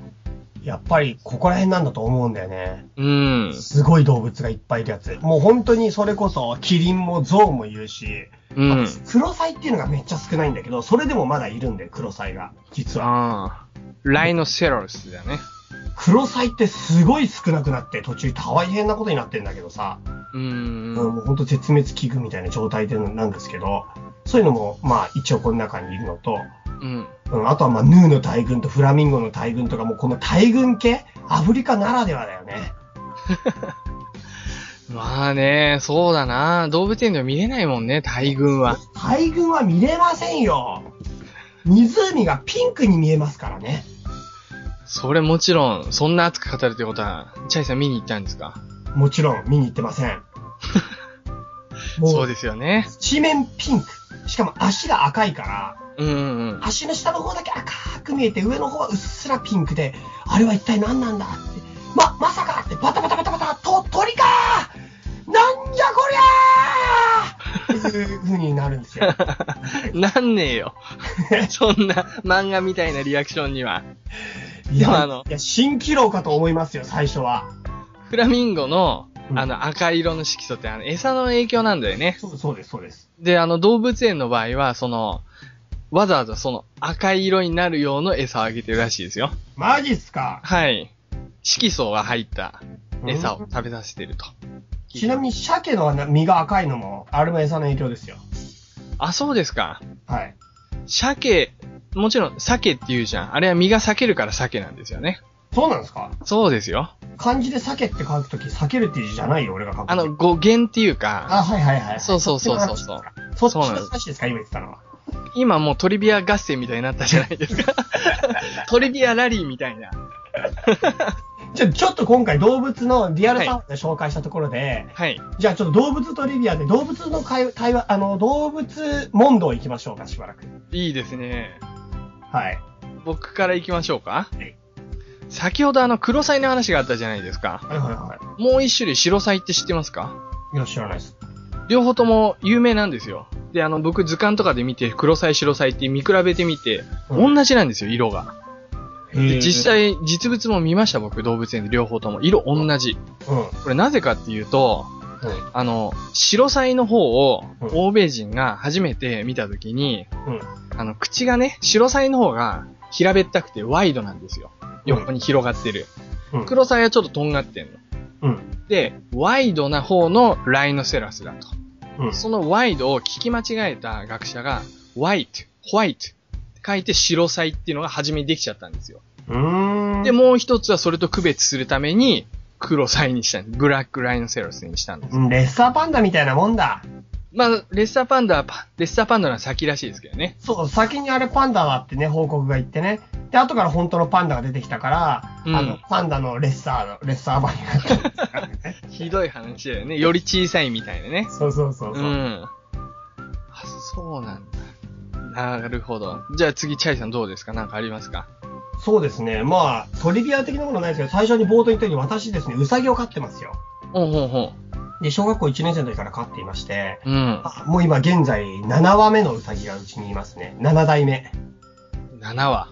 Speaker 2: やっぱり、ここら辺なんだと思うんだよね。
Speaker 1: うん。
Speaker 2: すごい動物がいっぱいいるやつ。もう本当にそれこそ、キリンもゾウもいるし、
Speaker 1: うん。
Speaker 2: クロサイっていうのがめっちゃ少ないんだけど、それでもまだいるんだよ、クロサイが。実は。
Speaker 1: ああ。ライノセロルスだよね。
Speaker 2: クロサイってすごい少なくなって、途中大変なことになってんだけどさ、
Speaker 1: う。
Speaker 2: うんん、もう本当絶滅危惧みたいな状態でなんですけど、そういうのも、まあ一応この中にいるのと、
Speaker 1: うん。
Speaker 2: うん、あとはまあヌーの大群とフラミンゴの大群とか、もうこの大群系、アフリカならではだよね。
Speaker 1: まあね、そうだな。動物園では見れないもんね、大群は。
Speaker 2: 大群は見れませんよ。湖がピンクに見えますからね。
Speaker 1: それもちろん、そんな熱く語るってことは、チャイさん見に行ったんですか
Speaker 2: もちろん見に行ってませ
Speaker 1: [laughs]
Speaker 2: ん。
Speaker 1: そう
Speaker 2: す。
Speaker 1: ですよね。
Speaker 2: 地面ピンク。しかも足が赤いから、
Speaker 1: うんうんうん。 [laughs]
Speaker 2: 足の下の方だけ赤く見えて、上の方はうっすらピンクで、あれは一体何なんだって。ま、まさかって、バタバタバタバタ、と、鳥かなんじゃこりゃーっていう風になるんで
Speaker 1: [laughs]
Speaker 2: すよ。
Speaker 1: なんねえよ。 [laughs] そんな漫画みたいなリアクションには。
Speaker 2: い
Speaker 1: でも
Speaker 2: や、
Speaker 1: あの
Speaker 2: いや、蜃気楼かと思いますよ、最初は。
Speaker 1: フラミンゴの、
Speaker 2: うん
Speaker 1: あの、赤色の色素って、あの、餌の影響なんだよね。
Speaker 2: そうそうです、そうです。
Speaker 1: で、あの、動物園の場合は、その、わざわざその赤い色になる用の餌をあげてるらしいですよ。
Speaker 2: マジっすか
Speaker 1: はい。色素が入った餌を食べさせてると。
Speaker 2: ちなみに、鮭の身が赤いのも、あれも餌の影響ですよ。
Speaker 1: あ、そうですか。
Speaker 2: はい。
Speaker 1: 鮭、もちろん、鮭って言うじゃん。あれは身が裂けるから鮭なんですよね。
Speaker 2: そうなんですか
Speaker 1: そうですよ。
Speaker 2: 漢字で鮭って書くとき、避けるっていう字じゃないよ、俺が書くと
Speaker 1: あ
Speaker 2: き
Speaker 1: の、語源っていうか、
Speaker 2: あ、はいはいはい。
Speaker 1: そうそうそうそうそう。
Speaker 2: そっち
Speaker 1: そうなん
Speaker 2: の
Speaker 1: です
Speaker 2: 話ですか、今言ってたのは。
Speaker 1: 今もうトリビア合
Speaker 2: [laughs]
Speaker 1: 戦みたいになったじゃないですか。トリビアラリーみたいな。
Speaker 2: じゃあちょっと今回動物のリアルタウンで紹介したところで、
Speaker 1: はい。
Speaker 2: じゃあちょっと動物トリビアで動物の会会話、あの、動物問答行きましょうか、しばらく。
Speaker 1: いいですね。
Speaker 2: はい。
Speaker 1: 僕から行きましょうか
Speaker 2: はい。
Speaker 1: 先ほどあの、黒サイの話があったじゃないですか。
Speaker 2: はいはいは
Speaker 1: もう一種類白サイって知ってますか
Speaker 2: い。いや、知らないです。
Speaker 1: 両方とも有名なんですよ。で、あの、僕図鑑とかで見て、黒サイ、白サイって見比べてみて、
Speaker 2: うん
Speaker 1: 同じなんですよ、色が。で、実
Speaker 2: 際。
Speaker 1: 際、実物も見ました、僕、動物園で両方とも。色同じ。
Speaker 2: うん。うん。
Speaker 1: これなぜかっていうと、あの、白サイの方を、
Speaker 2: うん
Speaker 1: 欧米人が初めて見たときに、
Speaker 2: うん
Speaker 1: あの、口がね、白サイの方が平べったくてワイドなんですよ。横に広がってる。
Speaker 2: うん。
Speaker 1: 黒サイはちょっととんがってんの。
Speaker 2: うん。
Speaker 1: で、ワイドな方のライノセラスだと。
Speaker 2: うん。
Speaker 1: そのワイドを聞き間違えた学者が、ワイト、ホワイトって書いて白サイっていうのが初めにできちゃったんですよ。
Speaker 2: うーん。
Speaker 1: で、もう一つはそれと区別するために、黒サイにしたんです。ブラックライノセラスにしたんです。
Speaker 2: うん、レッサーパンダみたいなもんだ。
Speaker 1: まあ、レッサーパンダはパ、レッサーパンダの先らしいですけどね。
Speaker 2: そう、先にあれパンダだってね、報告が言ってね。で、後から本当のパンダが出てきたから、
Speaker 1: うん
Speaker 2: あの、パンダのレッサーの、レッサー版になっ
Speaker 1: [laughs]
Speaker 2: たんですからね。
Speaker 1: ひどい話だよね。より小さいみたいなね。
Speaker 2: そうそうそう
Speaker 1: う
Speaker 2: そう。
Speaker 1: ん。あ、そうなんだ。なるほど。じゃあ次、チャイさんどうですかなんかありますか
Speaker 2: そうですね。まあ、トリビア的なものはないですけど、最初に冒頭に言ったように、私ですね、ウサギを飼ってますよ。
Speaker 1: ほうほうほ
Speaker 2: で、小学校1年生の時から飼っていまして、
Speaker 1: う。うん。
Speaker 2: あもう今現在7羽目のウサギがうちにいますね。7代目。
Speaker 1: 7話。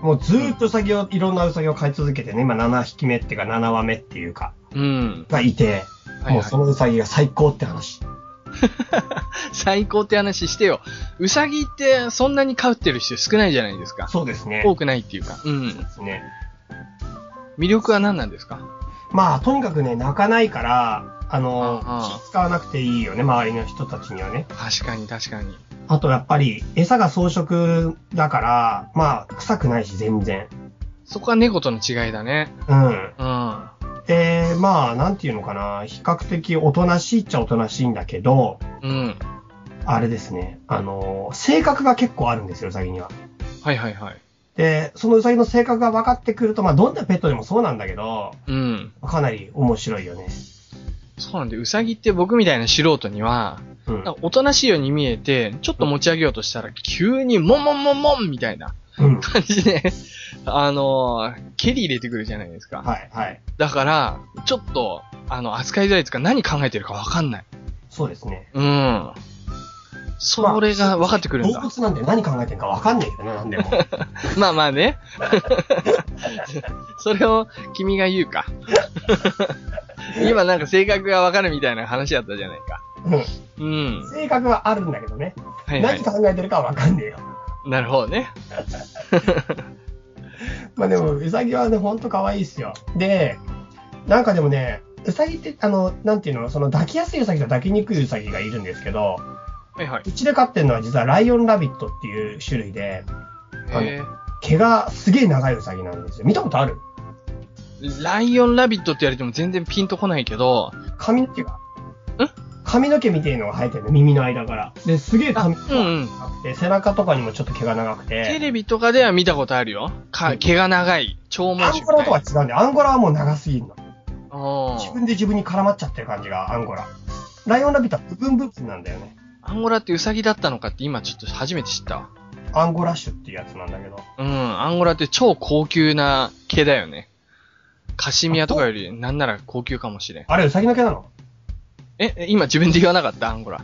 Speaker 2: うん。もうずーっとウサギを、いろんなウサギを飼い続けてね、今7匹目っていうか7羽目っていうか、
Speaker 1: うん。
Speaker 2: がいて、
Speaker 1: はい
Speaker 2: も
Speaker 1: は
Speaker 2: う
Speaker 1: い
Speaker 2: そ。のウサギが最高って話。
Speaker 1: [laughs] 最高って話してよ。うさぎってそんなに飼ってる人少ないじゃないですか。
Speaker 2: そうですね。
Speaker 1: 多くないっていうか。うん。
Speaker 2: ですね。
Speaker 1: 魅力は何なんですか
Speaker 2: まあ、とにかくね、泣かないから、あの、
Speaker 1: うんうん
Speaker 2: 気使わなくていいよね、周りの人たちにはね。
Speaker 1: 確かに確かに。
Speaker 2: あと、やっぱり、餌が草食だから、まあ、臭くないし、全然。
Speaker 1: そこは猫との違いだね。
Speaker 2: うん。
Speaker 1: うん。
Speaker 2: で、まあ、なんていうのかな、比較的おとなしいっちゃおとなしいんだけど、
Speaker 1: うん。
Speaker 2: あれですね、あの、性格が結構あるんですよ、ウサギには。
Speaker 1: はいはいはい。
Speaker 2: で、そのウサギの性格が分かってくると、まあ、どんなペットでもそうなんだけど、
Speaker 1: うん。
Speaker 2: かなり面白いよね。
Speaker 1: そうなんで、うさぎって僕みたいな素人には、
Speaker 2: うん。
Speaker 1: なんかおとなしいように見えて、ちょっと持ち上げようとしたら、急に、もんもんもんもんみたいな
Speaker 2: うん。
Speaker 1: 感じで、あのー、蹴り入れてくるじゃないですか。
Speaker 2: はい、はい。
Speaker 1: だから、ちょっと、あの、扱いづらいですか何考えてるかわかんない。
Speaker 2: そうですね。
Speaker 1: うん。それが分かってくるん
Speaker 2: 動
Speaker 1: だ。
Speaker 2: 物なんて何考えてるか分かんないけどな、なんで
Speaker 1: [laughs]
Speaker 2: も。
Speaker 1: まあまあね。 [laughs] それを君が言うか。今なんか性格がわかるみたいな話だったじゃないか。
Speaker 2: うん
Speaker 1: うん。
Speaker 2: 性格はあるんだけどね。
Speaker 1: はいはい
Speaker 2: 何。考えてるかは分かんねえよ。
Speaker 1: なるほどね。
Speaker 2: まあでも、ウサギはね、ほんと可愛いっすよ。で、なんかでもね、ウサギって、あの、なんていうの、その抱きやすいウサギと抱きにくいウサギがいるんですけど、。
Speaker 1: はいはいう
Speaker 2: ちで飼ってるのは実はライオンラビットっていう種類で、あの
Speaker 1: え
Speaker 2: 毛がすげえ長いウサギなんですよ。見たことある
Speaker 1: ー、ライオンラビットって言われても全然ピンとこないけど、
Speaker 2: 髪の毛が。髪の毛みたいのが生えてるの、耳の間から。で、すげえ
Speaker 1: あ、う
Speaker 2: 髪
Speaker 1: ん
Speaker 2: の毛
Speaker 1: う
Speaker 2: が
Speaker 1: ん。
Speaker 2: 長くて、背中とかにもちょっと毛が長くて。
Speaker 1: テレビとかでは見たことあるよ。か毛が長い、長毛
Speaker 2: ア
Speaker 1: 種
Speaker 2: ン
Speaker 1: み
Speaker 2: ゴ
Speaker 1: た
Speaker 2: ラ
Speaker 1: い
Speaker 2: とは違うんで、アンゴラはもう長すぎるの。
Speaker 1: な。お
Speaker 2: 自
Speaker 1: ー
Speaker 2: 分で自分に絡まっちゃってる感じが、アンゴラ。ライオンラビットは部分部分なんだよね。
Speaker 1: アンゴラってウサギだったのかって今ちょっと初めて知ったわ。
Speaker 2: アンゴラ種っていうやつなんだけど。
Speaker 1: うん、アンゴラって超高級な毛だよね。カシミヤとかより、なんなら高級かもしれん。
Speaker 2: あれ、ウサギの毛なの
Speaker 1: え、え今自分で言わなかったアンゴラ。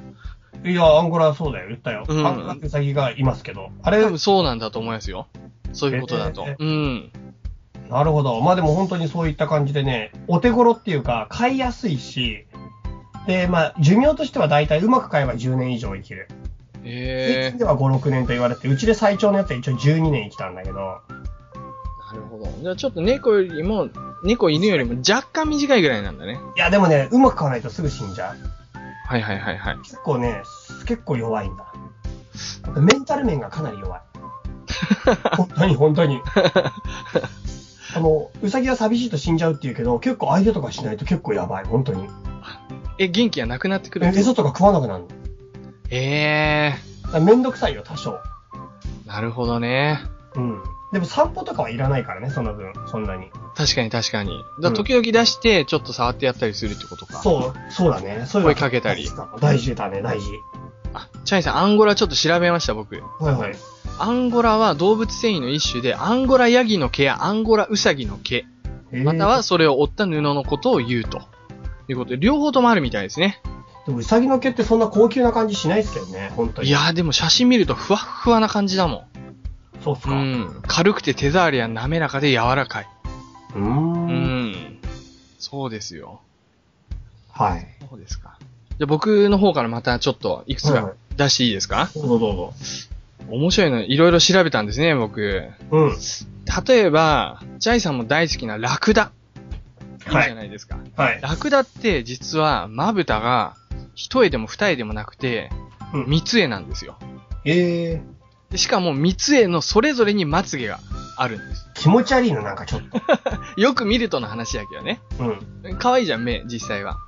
Speaker 2: いや、アンゴラそうだよ、言ったよ。
Speaker 1: うん
Speaker 2: アンゴラってウサギがいますけど。あれ
Speaker 1: 多、分そうなんだと思いますよ。そういうことだと
Speaker 2: え。
Speaker 1: うん。
Speaker 2: なるほど。まあでも本当にそういった感じでね、お手頃っていうか、飼いやすいし、で、まあ、寿命としては大体うまく飼えば10年以上生きる。平
Speaker 1: え
Speaker 2: 均では5、6年と言われて、うちで最長のやつは一応12年生きたんだけど、
Speaker 1: ー、なるほど。じゃあちょっと猫よりも、猫犬よりも若干短いぐらいなんだね。
Speaker 2: いや、でもね、うまく飼わないとすぐ死んじゃう。
Speaker 1: はいはいはいはい。
Speaker 2: 結構ね、結構弱いんだ。メンタル面がかなり
Speaker 1: [laughs]
Speaker 2: 弱い。本当に本当に。あの、うさぎは寂しいと死んじゃうっていうけど、結構相手とかしないと結構やばい、本当に。
Speaker 1: え、元気がなくなってくる
Speaker 2: 餌とか食わなくなるの。だ
Speaker 1: え
Speaker 2: からめんどくさいよ、多少。
Speaker 1: ー、なるほどね。
Speaker 2: うん。でも散歩とかはいらないからね、その分、そんなに。
Speaker 1: 確かに確かに。だ時々出して、ちょっと触ってやったりするってことか。
Speaker 2: そう、そうだね。そうい
Speaker 1: 声
Speaker 2: うの
Speaker 1: かけたり。
Speaker 2: 大事だね、大事。
Speaker 1: あ、チャイさん、アンゴラちょっと調べました、僕。
Speaker 2: はいはい。
Speaker 1: アンゴラは動物繊維の一種で、アンゴラヤギの毛やアンゴラウサギの毛、
Speaker 2: えー
Speaker 1: または、それを折った布のことを言うと。いうことで、両方ともあるみたいですね。
Speaker 2: でもウサギの毛ってそんな高級な感じしないですけどね、本当に。
Speaker 1: いや、ー、でも写真見るとふわっふわな感じだも
Speaker 2: そうっす
Speaker 1: ん。う。
Speaker 2: か。うん
Speaker 1: 軽くて手触りは滑らかで柔らかい。
Speaker 2: ー。
Speaker 1: うんん。そうですよ。
Speaker 2: はい。
Speaker 1: そうですか。じゃあ僕の方からまたちょっといくつ
Speaker 2: は
Speaker 1: か
Speaker 2: い
Speaker 1: 出していいですか、
Speaker 2: どうぞどうぞ。
Speaker 1: 面白いのいろいろ調べたんですね、僕。
Speaker 2: うん。
Speaker 1: 例えば、ジャイさんも大好きなラクダ。いいじ
Speaker 2: は
Speaker 1: ゃ
Speaker 2: い。
Speaker 1: ないですか。
Speaker 2: はい。
Speaker 1: ラクダって実はまぶたが一重でも二重でもなくて、
Speaker 2: うん
Speaker 1: 三つ重なんですよ。
Speaker 2: ええ
Speaker 1: でしかも三つ重のそれぞれにまつげがあるんです。
Speaker 2: 気持ち悪いな、なんかちょっと。
Speaker 1: よく見るとの話やけどね。
Speaker 2: うん。
Speaker 1: 可愛いじゃん、目、実際は。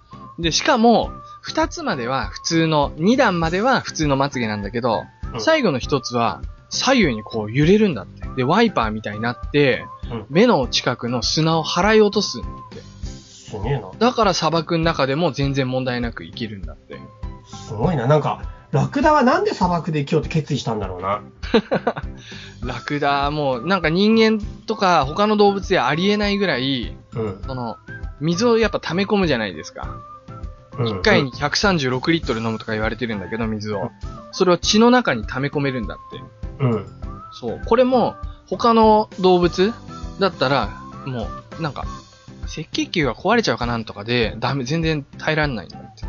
Speaker 1: で、しかも、二つまでは普通の、二段までは普通のまつげなんだけど、
Speaker 2: うん
Speaker 1: 最後の一つは左右にこう揺れるんだって。で、ワイパーみたいになって、
Speaker 2: うん
Speaker 1: 目の近くの砂を払い落とすんだって。
Speaker 2: すげえな。
Speaker 1: だから砂漠の中でも全然問題なく生きるんだって。
Speaker 2: すごいな。なんか、ラクダはなんで砂漠で生きようって決意したんだろうな。
Speaker 1: ラクダ、もうなんか人間とか他の動物でありえないぐらい、
Speaker 2: うん。
Speaker 1: その、水をやっぱ溜め込むじゃないですか。
Speaker 2: うん
Speaker 1: 1回に。136リットル飲むとか言われてるんだけど、水を。それを血の中に溜め込めるんだって。
Speaker 2: うん。
Speaker 1: そう。これも、他の動物だったら、もう、なんか、赤血球が壊れちゃうかなんとかで、ダメ、全然耐えらんないんだって。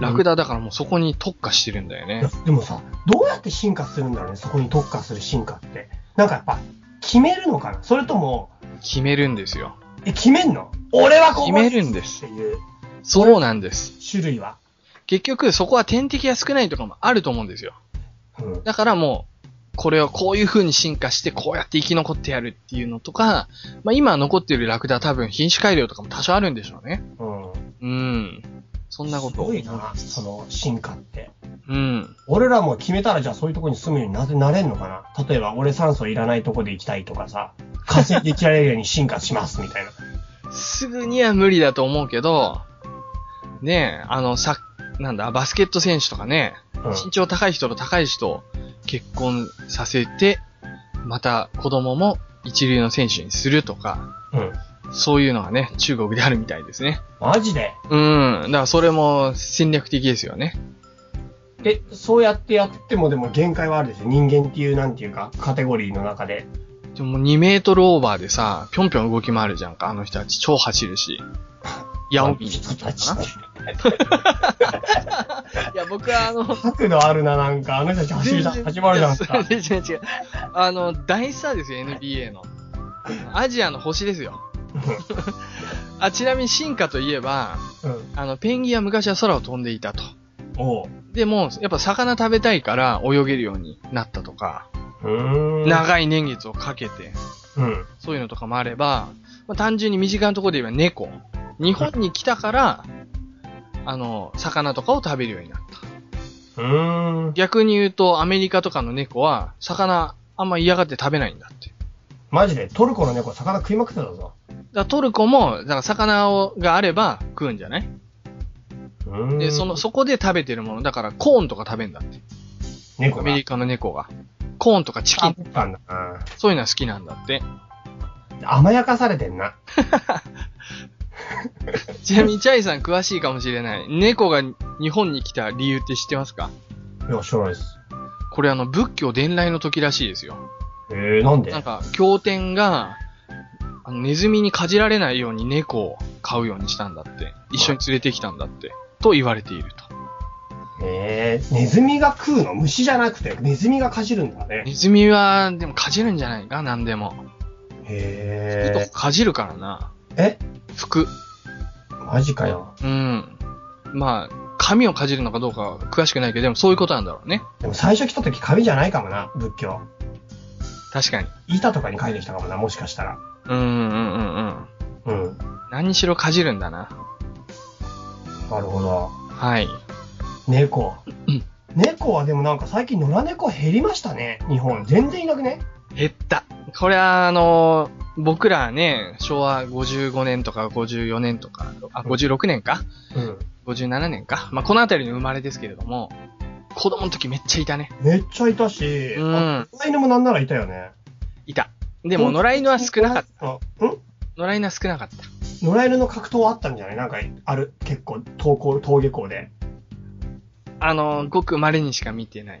Speaker 1: ラクダだからもうそこに特化してるんだよ
Speaker 2: い
Speaker 1: ね
Speaker 2: や。でもさ、どうやって進化するんだろうね、そこに特化する進化って。なんかやっぱ、決めるのかなそれとも、
Speaker 1: 決めるんですよ。
Speaker 2: え、決めんの俺はここ
Speaker 1: 決めるんで
Speaker 2: っ
Speaker 1: す
Speaker 2: て。いう
Speaker 1: そうなんです。
Speaker 2: 種類は。
Speaker 1: 結局、そこは天敵が少ないとかもあると思うんですよ。
Speaker 2: うん。
Speaker 1: だからもう、これをこういう風に進化して、こうやって生き残ってやるっていうのとか、まあ今残ってるラクダは多分品種改良とかも多少あるんでしょうね。
Speaker 2: うん。
Speaker 1: うん。そんなこと。
Speaker 2: すごいな、その進化って。
Speaker 1: うん。
Speaker 2: 俺らも決めたらじゃあそういうとこに住むようになぜなれんのかな例えば俺酸素いらないとこで行きたいとかさ、化石で生きられるように進化しますみたいな。
Speaker 1: すぐには無理だと思うけど、ねえ、あの、さ、なんだ、バスケット選手とかね、
Speaker 2: うん。
Speaker 1: 身長高い人と高い人を結婚させて、また子供も一流の選手にするとか、
Speaker 2: うん。
Speaker 1: そういうのがね、中国であるみたいですね。
Speaker 2: マジで
Speaker 1: うん。だからそれも戦略的ですよね。
Speaker 2: え、そうやってやってもでも限界はあるでしょ人間っていうなんていうか、カテゴリーの中で。
Speaker 1: でも2メートルオーバーでさ、ぴょんぴょん動き回るじゃんか、あの人たち。超走る [laughs] し。ヤオミン
Speaker 2: 人たち
Speaker 1: か
Speaker 2: っ
Speaker 1: な
Speaker 2: て。
Speaker 1: いや、僕はあの、
Speaker 2: 角度あるな、なんか。あの人たち走りだ、始まるじゃん
Speaker 1: いや [laughs]
Speaker 2: か。
Speaker 1: それ違う違う。あの、大スターですよ、NBA の。 [laughs] アジアの星ですよ。あ、ちなみに進化といえば、
Speaker 2: うん。
Speaker 1: あの、ペンギンは昔は空を飛んでいたと。
Speaker 2: おう。
Speaker 1: でも、やっぱ魚食べたいから泳げるようになったとか、
Speaker 2: うーん。い。
Speaker 1: 長い年月をかけて、
Speaker 2: うん。
Speaker 1: そういうのとかもあれば、まあ、単純に身近なところで言えば猫。日本に来たから、あの、魚とかを食べるようになった。
Speaker 2: うーん。
Speaker 1: 逆に言うと、アメリカとかの猫は、魚あんま嫌がって食べないんだって。
Speaker 2: マジで、トルコの猫魚食いまくってたぞ。
Speaker 1: だからトルコも、だから魚をがあれば食うんじゃないう
Speaker 2: ーん。
Speaker 1: で、その、そこで食べてるもの、だからコーンとか食べんだって。
Speaker 2: 猫
Speaker 1: ア
Speaker 2: が
Speaker 1: メリカの猫が。コーンとかチキ
Speaker 2: あ
Speaker 1: ン
Speaker 2: っ、たんだな。
Speaker 1: そういうのは好きなんだって。
Speaker 2: 甘やかされてんな。
Speaker 1: ちなみにチャイさん詳しいかもしれない。猫が日本に来た理由って知ってますか
Speaker 2: いや、知らないです。
Speaker 1: これあの、仏教伝来の時らしいですよ。
Speaker 2: えー、なんで
Speaker 1: なんか、経典が、あのネズミにかじられないように猫を飼うようにしたんだって。一緒に連れてきたんだって。と言われていると。
Speaker 2: えー、ネズミが食うの虫じゃなくて、ネズミがかじるんだね。
Speaker 1: ネズミは、でもかじるんじゃないか何でも。
Speaker 2: へ
Speaker 1: 服と
Speaker 2: ー。
Speaker 1: かかじるからな。
Speaker 2: え
Speaker 1: 服。
Speaker 2: マジかよ。
Speaker 1: うん。まあ、髪をかじるのかどうかは詳しくないけど、でもそういうことなんだろうね。
Speaker 2: でも最初来た時紙じゃないかもな、仏教。
Speaker 1: 確かに。
Speaker 2: 板とかに書いてきたかもな、もしかしたら。
Speaker 1: うんうんうんうん。
Speaker 2: うん。
Speaker 1: 何にしろかじるんだな。
Speaker 2: なるほど。
Speaker 1: はい。
Speaker 2: 猫
Speaker 1: うん。
Speaker 2: 猫はでもなんか最近野良猫減りましたね、日本。全然いなくね
Speaker 1: 減った。これは、あの、僕らね、昭和55年とか54年とか、あ、56年か
Speaker 2: うん。
Speaker 1: 57年か。まあ、このあたりの生まれですけれども、子供の時めっちゃいたね。
Speaker 2: めっちゃいたし、
Speaker 1: う
Speaker 2: あ
Speaker 1: ん。
Speaker 2: 野良犬もなんならいたよね。
Speaker 1: いた。でも、野良犬は少なかった。
Speaker 2: た。うん
Speaker 1: 野良犬は少なかった。
Speaker 2: 野良犬の格闘はあったんじゃないなんか、ある、結構、登校、登下校で。
Speaker 1: あの、ごく稀にしか見てない。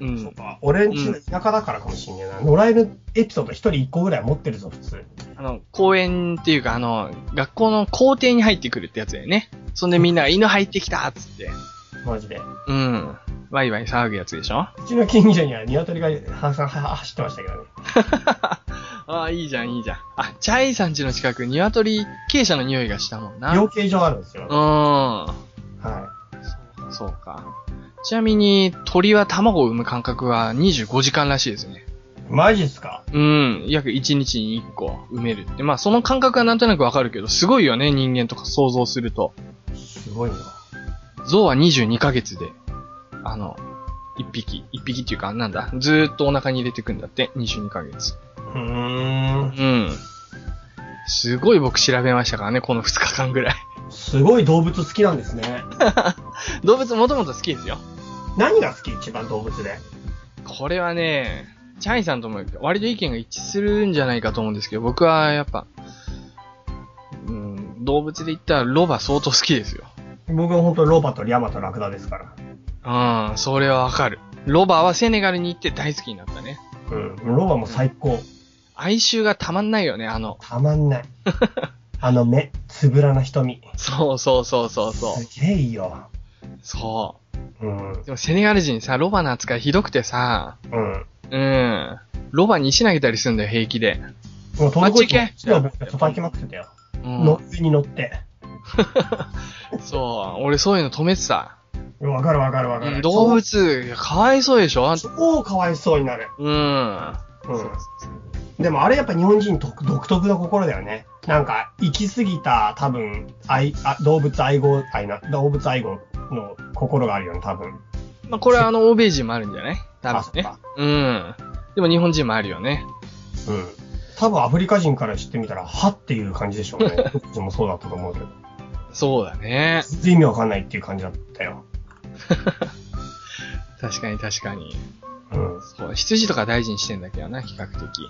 Speaker 1: う。
Speaker 2: そうんか。俺んちの田舎だからかもしんねえな。野良犬エピソード一人一個ぐらい持ってるぞ、普通。
Speaker 1: あの、公園っていうか、あの、学校の校庭に入ってくるってやつだよね。そんでみんなが犬入ってきたっつって。
Speaker 2: マジで。
Speaker 1: うん。ワイワイ騒ぐやつでしょ
Speaker 2: うちの近所には鶏がはさは走ってましたけどね。
Speaker 1: ああ、いいじゃん、いいじゃん。あ、チャイさん家の近く、鶏、鶏舎の匂いがしたもんな。
Speaker 2: 養
Speaker 1: う
Speaker 2: 鶏場あるんですよ。
Speaker 1: ん。
Speaker 2: は
Speaker 1: そうか。ちなみに、鳥は卵を産む間隔は25時間らしいですね。
Speaker 2: い。マジっすか
Speaker 1: うん。約1日に1個産めるって。まあ、その間隔はなんとなくわかるけど、すごいよね、人間とか想像すると。
Speaker 2: すごいな。
Speaker 1: 象は22ヶ月で、あの、1匹、1匹っていうか、なんだ、ずーっとお腹に入れてくんだって、22ヶ月。
Speaker 2: うーん。
Speaker 1: うん。すごい僕調べましたからね、この2日間ぐらい。
Speaker 2: すごい動物好きなんですね。
Speaker 1: 動物もともと好きですよ。
Speaker 2: 何が好き一番動物で。
Speaker 1: これはね、チャイさんとも割と意見が一致するんじゃないかと思うんですけど、僕はやっぱ、うん、動物で言ったらロバ相当好きですよ。
Speaker 2: 僕は本当ロバとリャマとラクダですから。
Speaker 1: うん、それはわかる。ロバはセネガルに行って大好きになったね。
Speaker 2: うん。ロバも最高。
Speaker 1: 哀愁がたまんないよね、あの。
Speaker 2: た
Speaker 1: [laughs]
Speaker 2: まんない。あの目、つぶらな瞳。
Speaker 1: そうそうそうそうそう。
Speaker 2: すげえいいよ。
Speaker 1: そ
Speaker 2: うん。う
Speaker 1: う。でもセネガル人さ、ロバの扱いひどくてさ、
Speaker 2: ん。
Speaker 1: うん。ロバに石投げたりすんだよ、平気で。
Speaker 2: もう
Speaker 1: あっち行け
Speaker 2: 手を叩きまくってたよ。
Speaker 1: うん。
Speaker 2: の、上に乗って。
Speaker 1: [laughs] そう。俺そういうの止めてた。
Speaker 2: うんわかるわかるわか
Speaker 1: うん
Speaker 2: る。
Speaker 1: 動物、いやかわいそうでしょあんた
Speaker 2: 超かわいそうになる。
Speaker 1: うん。
Speaker 2: うん。でもあれやっぱ日本人独独特の心だよね。なんか、行き過ぎた多分、愛、あ動物愛護、愛な、動物愛護の心があるよね、多分。
Speaker 1: まあ、これはあの、欧米人もあるんじゃない多
Speaker 2: あ
Speaker 1: 分
Speaker 2: そっ
Speaker 1: ね
Speaker 2: か。
Speaker 1: うん。でも日本人もあるよね。
Speaker 2: うん。多分アフリカ人から知ってみたら、はっていう感じでしょう
Speaker 1: [laughs]
Speaker 2: ね。どっちもそうだったと思うけど。
Speaker 1: そうだね。
Speaker 2: 全然意味わかんないっていう感じだったよ。
Speaker 1: 確かに確かに。
Speaker 2: うん。
Speaker 1: そう。羊とか大事にしてんだけどな、比較的。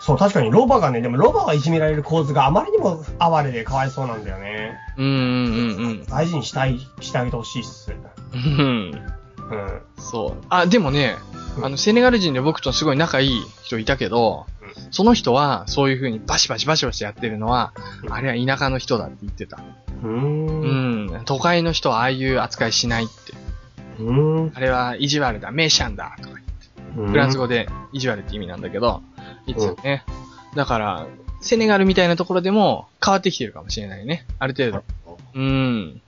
Speaker 2: そう、確かにロバがね、でもロバがいじめられる構図があまりにも哀れでかわいそうなんだよね。
Speaker 1: うんうん
Speaker 2: 大事にしたい、してあげてほしいっす。
Speaker 1: うんうん。うん。
Speaker 2: うん。
Speaker 1: [laughs] そう。あ、でもね、
Speaker 2: うん
Speaker 1: あの、セネガル人で僕とすごい仲いい人いたけど、
Speaker 2: う
Speaker 1: その人は、そういう風にバシバシバシバシやってるのは、
Speaker 2: うん
Speaker 1: あれは田舎の人だって言ってた。
Speaker 2: うー。
Speaker 1: うんん。都会の人はああいう扱いしないって。
Speaker 2: うん。
Speaker 1: あれは意地悪だ、名シャンだ、とか
Speaker 2: フ
Speaker 1: フランス語で意地悪って意味なんだけど、いつもね。だから、セネガルみたいなところでも変わってきてるかもしれないね。ある程度。うん。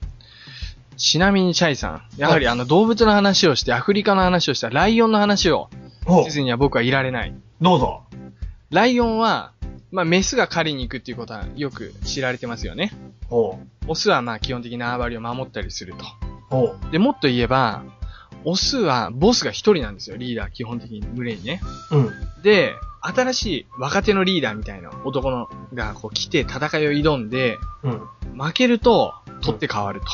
Speaker 1: ちなみにチャイさん、やはりあの動物の話をして、アフリカの話をした、ライオンの話を
Speaker 2: お
Speaker 1: せずには僕はいられない。
Speaker 2: どうぞ。
Speaker 1: ライオンは、まあ、メスが狩りに行くっていうことはよく知られてますよね。
Speaker 2: おう。
Speaker 1: オスはまあ基本的に縄張りを守ったりすると。
Speaker 2: おう。
Speaker 1: で、もっと言えば、オスはボスが一人なんですよ、リーダー、基本的に群れにね。
Speaker 2: うん。
Speaker 1: で、新しい若手のリーダーみたいな男のがこう来て戦いを挑んで、
Speaker 2: うん。
Speaker 1: 負けると取って変わると。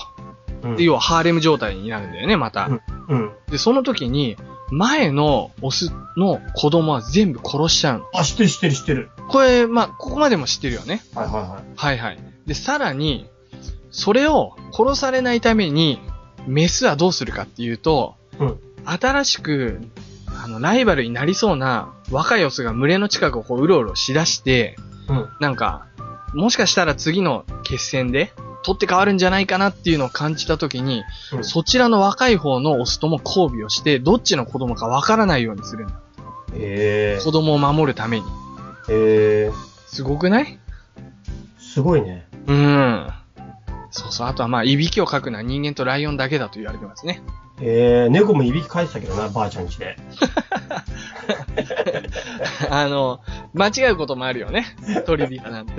Speaker 2: うん
Speaker 1: で、要はハーレム状態になるんだよね、また。
Speaker 2: うん。
Speaker 1: で、その時に、前のオスの子供は全部殺しちゃうの。
Speaker 2: あ、知ってる知ってる知ってる。
Speaker 1: これ、まあ、ここまでも知ってるよね。
Speaker 2: はいはいはい。
Speaker 1: はいはい。で、さらに、それを殺されないために、メスはどうするかっていうと、
Speaker 2: うん
Speaker 1: 新しく、あの、ライバルになりそうな若いオスが群れの近くをこう、うろうろしだして、
Speaker 2: うん。
Speaker 1: なんか、もしかしたら次の決戦で、取って変わるんじゃないかなっていうのを感じたときに、
Speaker 2: うん
Speaker 1: そちらの若い方のオスとも交尾をして、どっちの子供かわからないようにするんだ。
Speaker 2: え
Speaker 1: 子供を守るために。
Speaker 2: ー。えー。
Speaker 1: すごくない
Speaker 2: すごいね。
Speaker 1: うん。そうそう。あとはまあ、いびきをかくのは人間とライオンだけだと言われてますね。
Speaker 2: えー、猫もいびき返したけどな、ばあちゃん家で。
Speaker 1: [laughs] あの、間違うこともあるよ [laughs] ね。鳥びきなんて。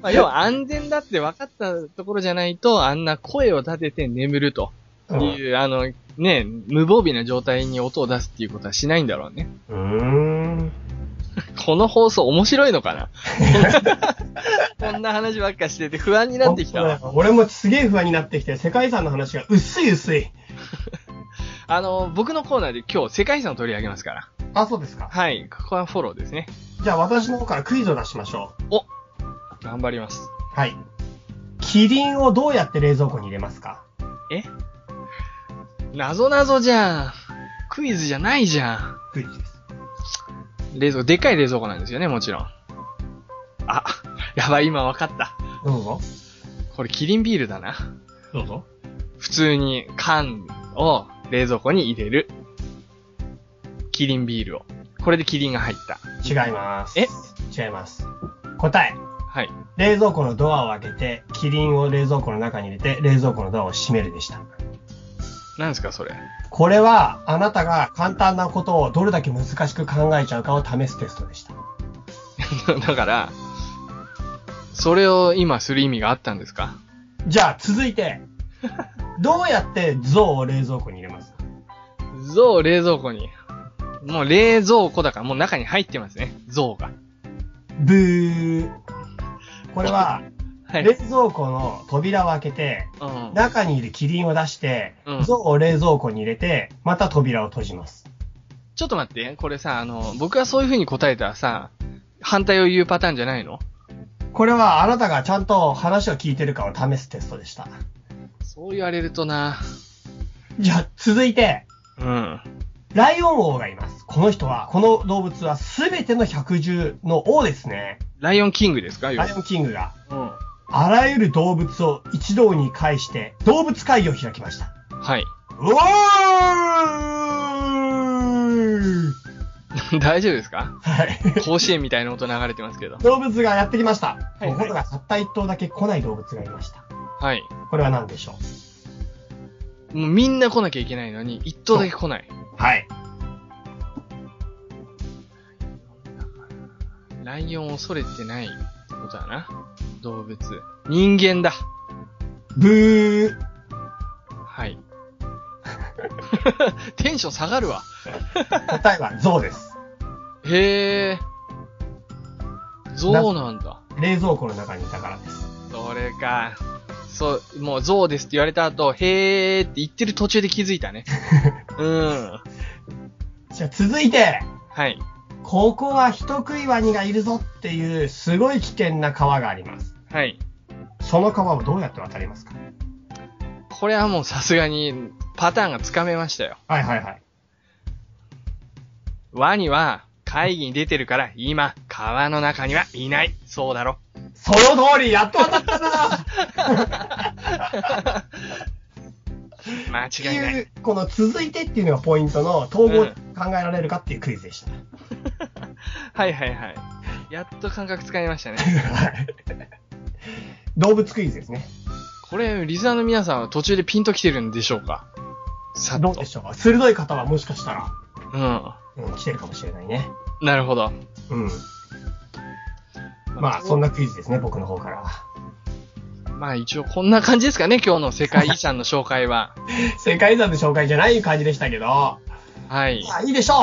Speaker 1: まあ、要は安全だって分かったところじゃないと、あんな声を立てて眠るとっていう、あの、ね、無防備な状態に音を出すっていうことはしないんだろうね。
Speaker 2: うーん。
Speaker 1: この放送面白いのか [laughs] なこんな話ばっかしてて不安になってきたわ。
Speaker 2: 俺もすげえ不安になってきて、世界遺産の話が薄い薄い。
Speaker 1: あの、僕のコーナーで今日世界遺産を取り上げますから。
Speaker 2: あ、そうですか。
Speaker 1: はい。ここはフォローですね。
Speaker 2: じゃあ私の方からクイズを出しましょ
Speaker 1: う。お頑張ります。
Speaker 2: はい。キリンをどうやって冷蔵庫に入れますか
Speaker 1: えなぞなぞじゃん。クイズじゃないじゃん。
Speaker 2: クイズです。
Speaker 1: 冷蔵庫、でっかい冷蔵庫なんですよね、もちろん。あ、やばい、今わかった。
Speaker 2: どうぞ。
Speaker 1: これ、キリンビールだな。
Speaker 2: どうぞ。。
Speaker 1: 普通に缶を冷蔵庫に入れる。キリンビールを。これでキリンが入った
Speaker 2: 違います。
Speaker 1: え
Speaker 2: 違います。答え。
Speaker 1: はい。
Speaker 2: 冷蔵庫のドアを開けて、キリンを冷蔵庫の中に入れて、冷蔵庫のドアを閉めるでした。
Speaker 1: 何ですか、それ。 [laughs]
Speaker 2: これは、あなたが簡単なことをどれだけ難しく考えちゃうかを試すテストでした。
Speaker 1: だから、それを今する意味があったんですか
Speaker 2: じゃあ、続い [laughs] て、どうやって像を冷蔵庫に入れます
Speaker 1: 像を冷蔵庫に。もう冷蔵庫だから、もう中に入ってますね、像が。
Speaker 2: ブー。これは、はい、冷蔵庫の扉を開けて、うん、中にいるキリンを出して、うん、像を冷蔵庫に入れて、また扉を閉じます。
Speaker 1: ちょっと待って、これさ、あの、僕がそういう風に答えたらさ、反対を言うパターンじゃないの
Speaker 2: これはあなたがちゃんと話を聞いてるかを試すテストでした。
Speaker 1: そう言われるとな。
Speaker 2: じゃあ、続いて。
Speaker 1: うん。
Speaker 2: ライオン王がいます。この人は、この動物はすべての百獣の王ですね。
Speaker 1: ライオンキングですか
Speaker 2: ライオンキングが。
Speaker 1: うん。
Speaker 2: あらゆる動物を一堂に会して、動物会議を開きました。
Speaker 1: はい。
Speaker 2: お
Speaker 1: ー [laughs] 大丈夫ですか
Speaker 2: はい。 [laughs]
Speaker 1: 甲子園みたいな音流れてますけど。
Speaker 2: 動物がやってきました。はい、ところが、たった一頭だけ来ない動物がいました。
Speaker 1: はい。
Speaker 2: これは何でしょ
Speaker 1: うもうみんな来なきゃいけないのに、一頭だけ来ない。
Speaker 2: はい。
Speaker 1: ライオンを恐れてないってことだな。動物。人間だ。
Speaker 2: ブー。
Speaker 1: はい。 [laughs] テンション下がるわ。
Speaker 2: 答えは象です。 [laughs]
Speaker 1: へえ。象なんだ。
Speaker 2: 冷蔵庫の中にいたからです。 [laughs]
Speaker 1: それか。そう、もう象ですって言われた後、へーって言ってる途中で気づいたね。うん。
Speaker 2: じゃあ続いて。
Speaker 1: はい。
Speaker 2: ここは人食いワニがいるぞっていうすごい危険な川があります。
Speaker 1: はい。
Speaker 2: その川をどうやって渡りますか
Speaker 1: これはもうさすがにパターンがつかめましたよ。
Speaker 2: はいはいはい。
Speaker 1: ワニは会議に出てるから今川の中にはいない。そう [laughs] だろ。
Speaker 2: その通りやっと渡ったな
Speaker 1: 間 [laughs] 違いない。
Speaker 2: この続いてっていうのがポイントの統合考えられるかっていうクイズでした。 [laughs] うん、
Speaker 1: はいはいはい。やっと感覚つかみましたね。
Speaker 2: はい。動物クイズですね。
Speaker 1: これ、リスナーの皆さんは途中でピンと来てるんでしょうか
Speaker 2: さどうでしょう鋭い方はもしかしたら。
Speaker 1: うん。
Speaker 2: うん、来てるかもしれないね。
Speaker 1: なるほど。
Speaker 2: うん。まあ、そんなクイズですね、僕の方から。
Speaker 1: まあ一応こんな感じですかね、今日の世界遺産の紹介は。。
Speaker 2: [laughs] 世界遺産の紹介じゃない感じでしたけど。はいまあいいでしょ
Speaker 1: う。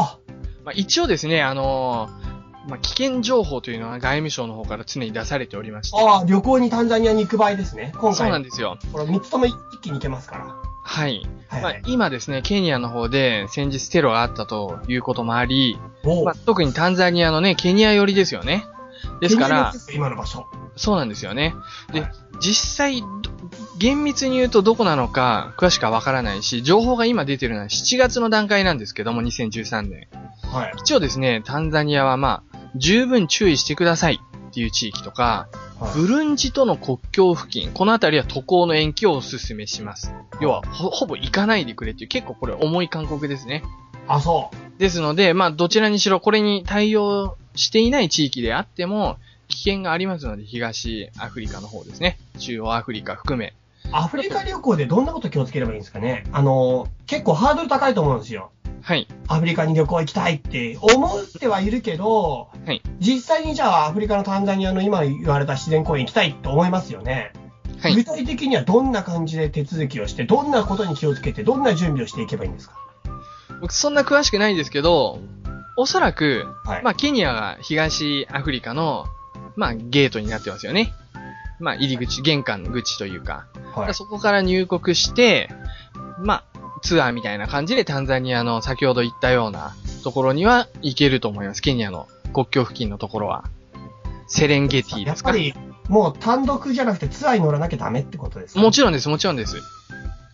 Speaker 1: まあ一応ですね、あのー、まあ危険情報というのは外務省の方から常に出されておりまして。
Speaker 2: ああ、旅行にタンザニアに行く場合ですね。今回。
Speaker 1: そうなんですよ。
Speaker 2: これ3つとも一気に行けますから。
Speaker 1: はい。はいはい、まあ、今ですね、ケニアの方で先日テロがあったということもあり、まあ、特にタンザニアのね、ケニア寄りですよね。ですから、
Speaker 2: 今の場所。
Speaker 1: そうなんですよね。で、はい、実際、厳密に言うとどこなのか、詳しくはわからないし、情報が今出てるのは7月の段階なんですけども、2013年。
Speaker 2: はい。
Speaker 1: 一応ですね、タンザニアはまあ、十分注意してくださいっていう地域とか、はい、ブルンジとの国境付近、この辺りは渡航の延期をお勧めします。要はほ、ほぼ行かないでくれっていう、結構これ重い勧告ですね。。
Speaker 2: あ、そう
Speaker 1: ですので、まあ、どちらにしろこれに対応していない地域であっても、危険がありますので、東アフリカの方ですね。中央アフリカ含め。
Speaker 2: アフリカ旅行でどんなこと気をつければいいんですかねあの、結構ハードル高いと思うんですよ。
Speaker 1: はい。
Speaker 2: アフリカに旅行行きたいって思ってはいるけど、
Speaker 1: はい。
Speaker 2: 実際にじゃあアフリカのタンザニアの今言われた自然公園行きたいって思いますよね。
Speaker 1: はい
Speaker 2: 具体的にはどんな感じで手続きをして、どんなことに気をつけて、どんな準備をしていけばいいんですか
Speaker 1: 僕そんな詳しくないんですけど、おそらく、
Speaker 2: はい。
Speaker 1: まあ、ケニアが東アフリカの、まあ、ゲートになってますよね。まあ、入り口、玄関口というか。
Speaker 2: はい。
Speaker 1: そこから入国して、まあ、ツアーみたいな感じでタンザニアの先ほど言ったようなところには行けると思います。ケニアの国境付近のところは。セレンゲティ
Speaker 2: や
Speaker 1: で
Speaker 2: っ
Speaker 1: す
Speaker 2: ぱ
Speaker 1: か
Speaker 2: り、もう単独じゃなくてツアーに乗らなきゃダメってことですか
Speaker 1: もちろんです、もちろんです。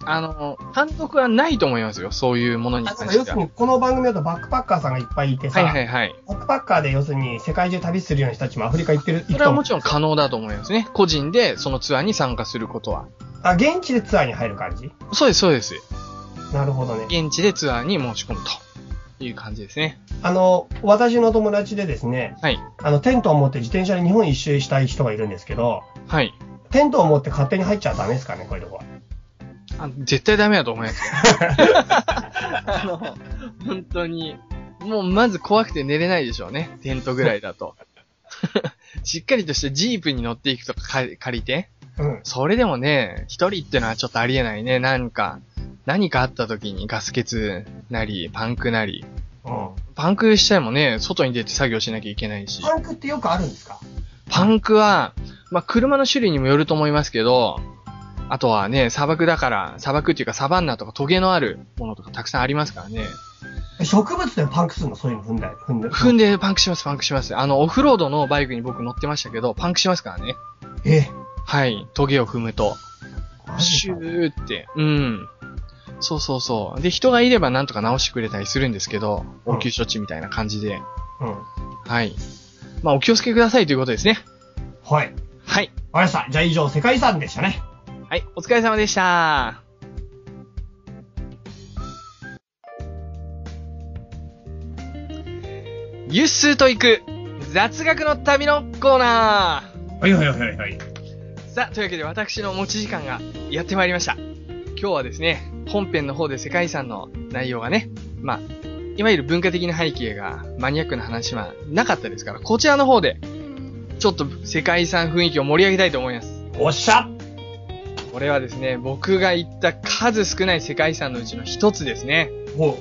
Speaker 1: あの、単独はないと思いますよ。そういうものに
Speaker 2: あなん
Speaker 1: 関
Speaker 2: か
Speaker 1: し
Speaker 2: 要
Speaker 1: て
Speaker 2: す
Speaker 1: は。
Speaker 2: る
Speaker 1: は
Speaker 2: に、この番組だとバックパッカーさんがいっぱいいてさ、
Speaker 1: いはいはい。
Speaker 2: バックパッカーで要するに世界中旅するような人たちもアフリカ行ってる、行
Speaker 1: そ
Speaker 2: く
Speaker 1: れ
Speaker 2: と
Speaker 1: は
Speaker 2: 思
Speaker 1: も
Speaker 2: う
Speaker 1: ちろん可能だと思いますね。個人でそのツアーに参加することは。
Speaker 2: あ、現地でツアーに入る感じ
Speaker 1: そうです、そうです。
Speaker 2: なるほどね。
Speaker 1: 現地でツアーに申し込むという感じですね。
Speaker 2: あの、私の友達でですね、
Speaker 1: はい。
Speaker 2: あの、テントを持って自転車で日本一周したい人がいるんですけど、
Speaker 1: はい。
Speaker 2: テントを持って勝手に入っちゃダメですかね、こういうとこは。
Speaker 1: あ絶対ダメだと思いますよ。あの、本当に、もうまず怖くて寝れないでしょうね。テントぐらいだ [laughs] と。しっかりとしたジープに乗っていくとか借借りて。
Speaker 2: うん。
Speaker 1: それでもね、一人ってのはちょっとありえないね。なんか、何かあった時にガス欠なり、パンクなり。
Speaker 2: うん。
Speaker 1: パンクしちゃいもね、外に出て作業しなきゃいけないし。
Speaker 2: パンクってよくあるんですか
Speaker 1: パンクは、まあ、車の種類にもよると思いますけど、あとはね、砂漠だから、砂漠っていうかサバンナとかトゲのあるものとかたくさんありますからね。
Speaker 2: 植物でパンクするのそういうの踏んだり、踏んだり。
Speaker 1: 踏んでパンクします、パンクします。あの、オフロードのバイクに僕乗ってましたけど、パンクしますからね。
Speaker 2: え、
Speaker 1: はい、トゲを踏むと。
Speaker 2: マ
Speaker 1: シ
Speaker 2: ジか
Speaker 1: ューって。うん。そうそうそう。で、人がいればなんとか直してくれたりするんですけど、
Speaker 2: うん
Speaker 1: 応急処置みたいな感じで。
Speaker 2: うん。
Speaker 1: はい。まあ、お気をつけくださいということですね。
Speaker 2: はい。
Speaker 1: はい。
Speaker 2: わかりました。じゃあ以上、世界遺産でしたね。
Speaker 1: はい、お疲れ様でした。ユッスーと行く雑学の旅のコーナ
Speaker 2: はいはいはいはい。
Speaker 1: ーさあ、というわけで私の持ち時間がやってまいりました。今日はですね、本編の方で世界遺産の内容がね、まあ、いわゆる文化的な背景がマニアックな話はなかったですから、こちらの方で、ちょっと世界遺産雰囲気を盛り上げたいと思います。
Speaker 2: おっしゃ
Speaker 1: これはですね、僕が行った数少ない世界遺産のうちの一つですね。
Speaker 2: おう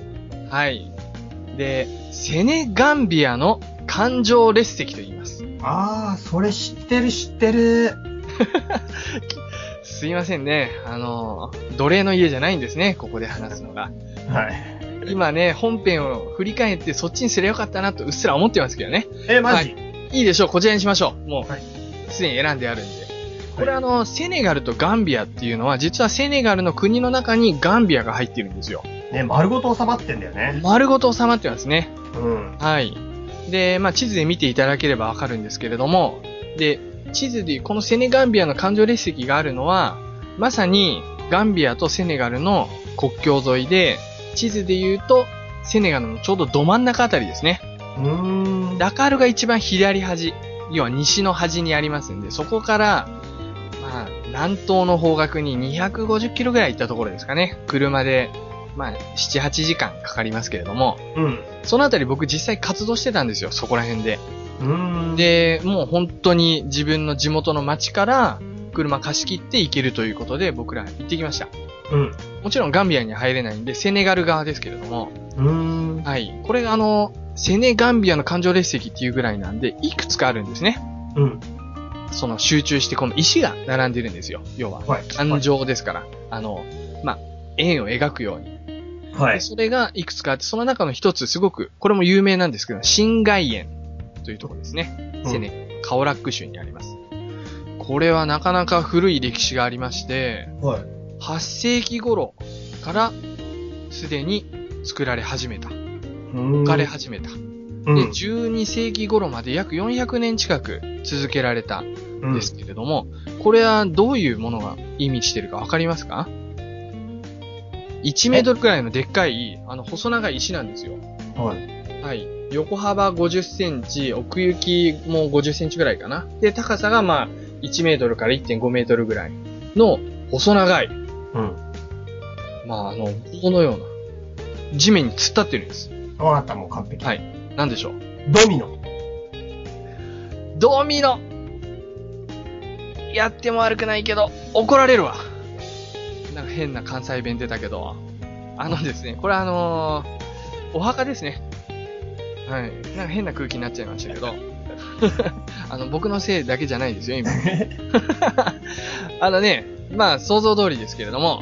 Speaker 1: はい。で、セネガンビアの環状列石と言います。
Speaker 2: あー、それ知ってる知ってる。
Speaker 1: すいませんね。あの、奴隷の家じゃないんですね、ここで話すのが。
Speaker 2: はい。
Speaker 1: 今ね、本編を振り返ってそっちにすればよかったなとうっすら思ってますけどね。
Speaker 2: え、マジ、
Speaker 1: いいでしょう、こちらにしましょう。も、
Speaker 2: はいう
Speaker 1: すでに選んであるんで。これあの、セネガルとガンビアっていうのは、実はセネガルの国の中にガンビアが入ってるんですよ。
Speaker 2: ね、丸ごと収まってんだよね。
Speaker 1: 丸ごと収まってますね。
Speaker 2: うん。
Speaker 1: はい。で、まあ、地図で見ていただければわかるんですけれども、で、地図で、このセネガンビアの環状列石があるのは、まさにガンビアとセネガルの国境沿いで、地図で言うと、セネガルのちょうどど真ん中あたりですね。
Speaker 2: うーん。
Speaker 1: ダカールが一番左端、要は西の端にありますんで、そこから、まあ、南東の方角に250キロぐらい行ったところですかね。車で、まあ、7、8時間かかりますけれども、
Speaker 2: うん。
Speaker 1: そのあたり僕実際活動してたんですよ、そこら辺で。
Speaker 2: うーん。、
Speaker 1: で、もう本当に自分の地元の町から車貸し切って行けるということで僕ら行ってきました。
Speaker 2: うん。
Speaker 1: もちろんガンビアには入れないんで、セネガル側ですけれども、
Speaker 2: うーん。
Speaker 1: はい。これがあの、セネガンビアの環状列石っていうぐらいなんで、いくつかあるんですね。
Speaker 2: うん。
Speaker 1: その集中してこの石が並んでるんですよ、要は。
Speaker 2: はい。
Speaker 1: 環状ですから、あの、まあ、円を描くように。
Speaker 2: は
Speaker 1: で
Speaker 2: い。
Speaker 1: それがいくつかあって、その中の一つ、すごく、これも有名なんですけど、新外園というところですね。
Speaker 2: うん
Speaker 1: セネガルカオラック州にあります。これはなかなか古い歴史がありまして、
Speaker 2: はい。
Speaker 1: 8世紀頃からすでに作られ始めた、
Speaker 2: 浮
Speaker 1: 置かれ始めた。で、
Speaker 2: うん。
Speaker 1: 12世紀頃まで約400年近く続けられた
Speaker 2: うん
Speaker 1: ですけれども、これはどういうものが意味してるかわかりますか ?1 メートルくらいのでっかい、あの、細長い石なんですよ。
Speaker 2: はい。
Speaker 1: はい。横幅50センチ、奥行きも50センチぐらいかな。で、高さがまあ、1メートルから1.5メートルぐらいの細長い、
Speaker 2: うん。
Speaker 1: まあ、あの、このような、地面に突っ立ってるんです。
Speaker 2: わかった、もう完璧。
Speaker 1: はいなんでしょう
Speaker 2: ドミノ。
Speaker 1: ドミノやっても悪くないけど、怒られるわ。なんか変な関西弁出たけど。あのですね、これあのー、お墓ですね。はい。なんか変な空気になっちゃいましたけど。 [laughs] あの、僕のせいだけじゃないですよ、今。 [laughs] あのね、まあ、想像通りですけれども、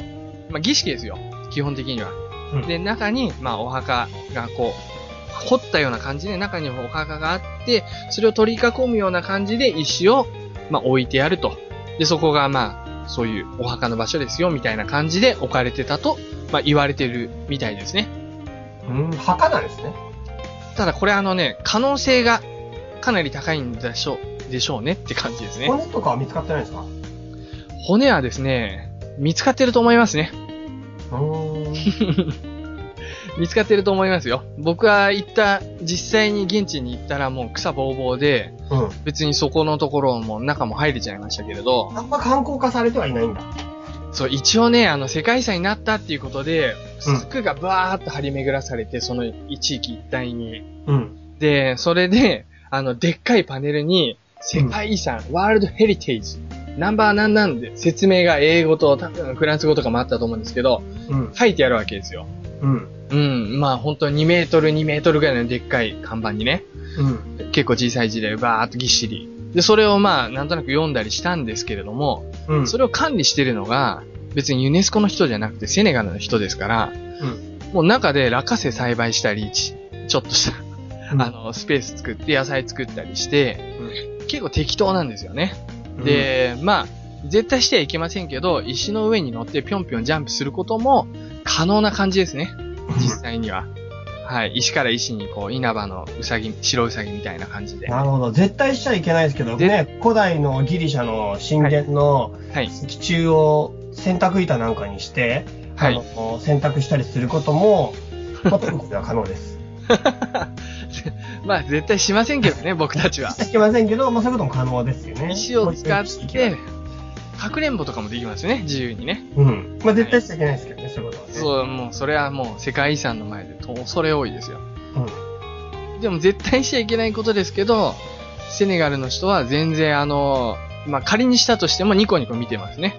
Speaker 1: まあ、儀式ですよ。基本的には。うん、で、中に、まあ、お墓がこう、掘ったような感じで、中にお墓があって、それを取り囲むような感じで石を、まあ、置いてやると。で、そこが、まあ、そういうお墓の場所ですよ、みたいな感じで置かれてたと、まあ、言われてるみたいですね。
Speaker 2: うん、墓なんですね。
Speaker 1: ただ、これあのね、可能性がかなり高いんでしょう、でしょうねって感じですね。
Speaker 2: 骨とかは見つかってないで
Speaker 1: [laughs]
Speaker 2: すか
Speaker 1: 骨はですね、見つかってると思いますね。見つかってると思いますよ。僕は行った、実際に現地に行ったらもう草ぼうぼうで、うん、別にそこのところも中も入れちゃいましたけれど。
Speaker 2: あんま観光化されてはいないんだ。
Speaker 1: そう、一応ね、あの、世界遺産になったっていうことで、服がバーっと張り巡らされて、その地域一帯に。うん、で、それで、あの、でっかいパネルに、世界遺産、うん、ワールドヘリテージ、ナンバー何なんで説明が英語と、多分フランス語とかもあったと思うんですけど、うん、書いてあるわけですよ。うん。うん。まあ本当に2メートル2メートルぐらいのでっかい看板にね。うん。結構小さい字でバーっとぎっしり。で、それをまあなんとなく読んだりしたんですけれども、うん、それを管理してるのが、別にユネスコの人じゃなくてセネガルの人ですから、うん、もう中で落花生栽培したり、ちょっとした、あの、スペース作って野菜作ったりして、うん、結構適当なんですよね。うん、で、まあ、絶対してはいけませんけど、石の上に乗ってぴょんぴょんジャンプすることも可能な感じですね。実際には。はい。石から石に、こう、稲葉のうさぎ、白うさぎみたいな感じで。
Speaker 2: なるほど。絶対しちゃいけないですけど、ね、古代のギリシャの神殿の地中を洗濯板なんかにして、はい、洗濯したりすることも、まあ、トルコでは可能です。
Speaker 1: [laughs] まあ絶対しませんけどね、僕たちは。
Speaker 2: しませんけど、まあそういうことも可能ですよね。
Speaker 1: 石を使って、かくれんぼとかもできますよね、自由にね。
Speaker 2: うん。まあ絶対しちゃいけないですけどね、はい、そういうことは、ね。
Speaker 1: そう、もうそれはもう世界遺産の前で恐れ多いですよ。うん。でも絶対しちゃいけないことですけど、セネガルの人は全然あの、まあ仮にしたとしてもニコニコ見てますね。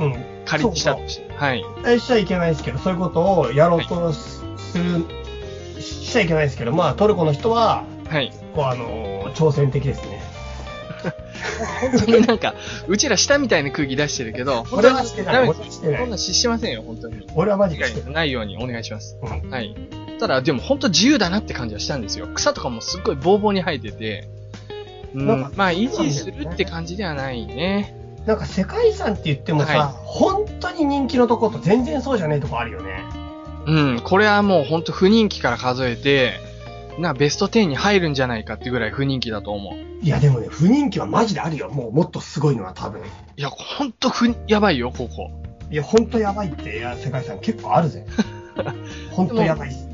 Speaker 2: うん。
Speaker 1: 仮にしたとして
Speaker 2: も。
Speaker 1: はい。
Speaker 2: 絶対しちゃいけないですけど、そういうことをやろうとする、はいしちゃいけないですけど、まあ、トルコの人は、はい、こうあのー、挑戦的ですね。
Speaker 1: 本当に [laughs] なんか、うちら下みたいな空気出してるけど、
Speaker 2: 俺はしてない。俺
Speaker 1: はしてない。こんな失しませんよ、本当に。
Speaker 2: 俺はマジで
Speaker 1: ないようにお願いします。うん、はい。ただ、でも本当自由だなって感じはしたんですよ。草とかもすっごいボーボーに生えてて、うん、んまあ、維持するって感じではないね。
Speaker 2: なんか世界遺産って言ってもさ、はい、本当に人気のとこと全然そうじゃないとこあるよね。
Speaker 1: うん、これはもうほんと不人気から数えて、な、ベスト10に入るんじゃないかってぐらい不人気だと思
Speaker 2: う。いやでもね、不人気はマジであるよ。もうもっとすごいのは多分。
Speaker 1: いや、ほんとふ、やばいよ、ここ。
Speaker 2: いや、ほんとやばいって、いや、世界遺産結構ある [laughs] ぜ。ほんとやばいっす。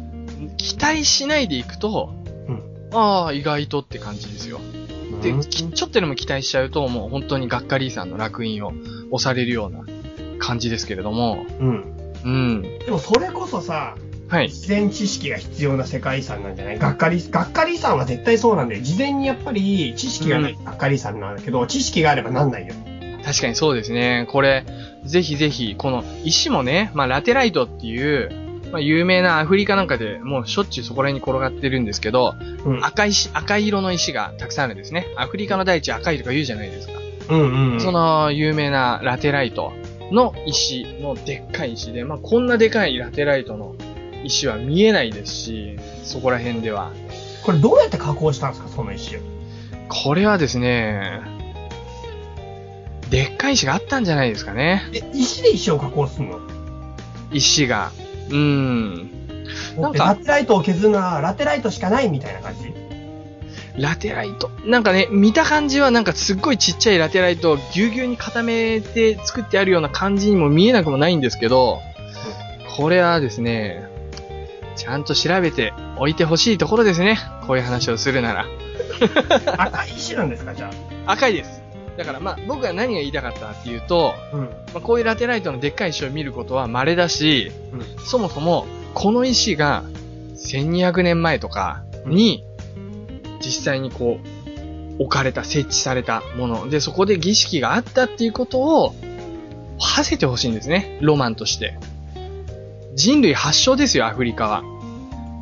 Speaker 1: 期待しないでいくと、うん、ああ、意外とって感じですよ。で、ちょっとでも期待しちゃうと、もう本当にがっかりさんの楽印を押されるような感じですけれども、うん。うん、
Speaker 2: でもそれこそさ、はい、事前知識が必要な世界遺産なんじゃないがっかり、がっかり遺産は絶対そうなんで、事前にやっぱり知識がない、うん、がっかり遺産なんだけど、知識があればなんないよ。
Speaker 1: 確かにそうですね。これ、ぜひぜひ、この石もね、まあラテライトっていう、まあ有名なアフリカなんかでもうしょっちゅうそこら辺に転がってるんですけど、うん、赤い石、赤色の石がたくさんあるんですね。アフリカの大地赤いとか言うじゃないですか。うんうん、うん、その有名なラテライト。の石のでっかい石で、まあ、こんなでかいラテライトの石は見えないですし、そこら辺では。
Speaker 2: これどうやって加工したんですか、その石を。
Speaker 1: これはですね、でっかい石があったんじゃないですかね。
Speaker 2: え、石で石を加工するの
Speaker 1: 石が。うん。
Speaker 2: なんか。ラテライトを削るのはラテライトしかないみたいな感 [laughs] じ
Speaker 1: ラテライト。なんかね、見た感じはなんかすっごいちっちゃいラテライトをぎゅうぎゅうに固めて作ってあるような感じにも見えなくもないんですけど、これはですね、ちゃんと調べておいてほしいところですね。こういう話をするなら。
Speaker 2: 赤い石なんですか、じゃ
Speaker 1: あ。赤いです。だからまあ僕が何が言いたかったっていうと、うん、まあ、こういうラテライトのでっかい石を見ることは稀だし、うん、そもそもこの石が1200年前とかに、うん実際にこう、置かれた、設置されたもの。で、そこで儀式があったっていうことを、馳せてほしいんですね。ロマンとして。人類発祥ですよ、アフリカは。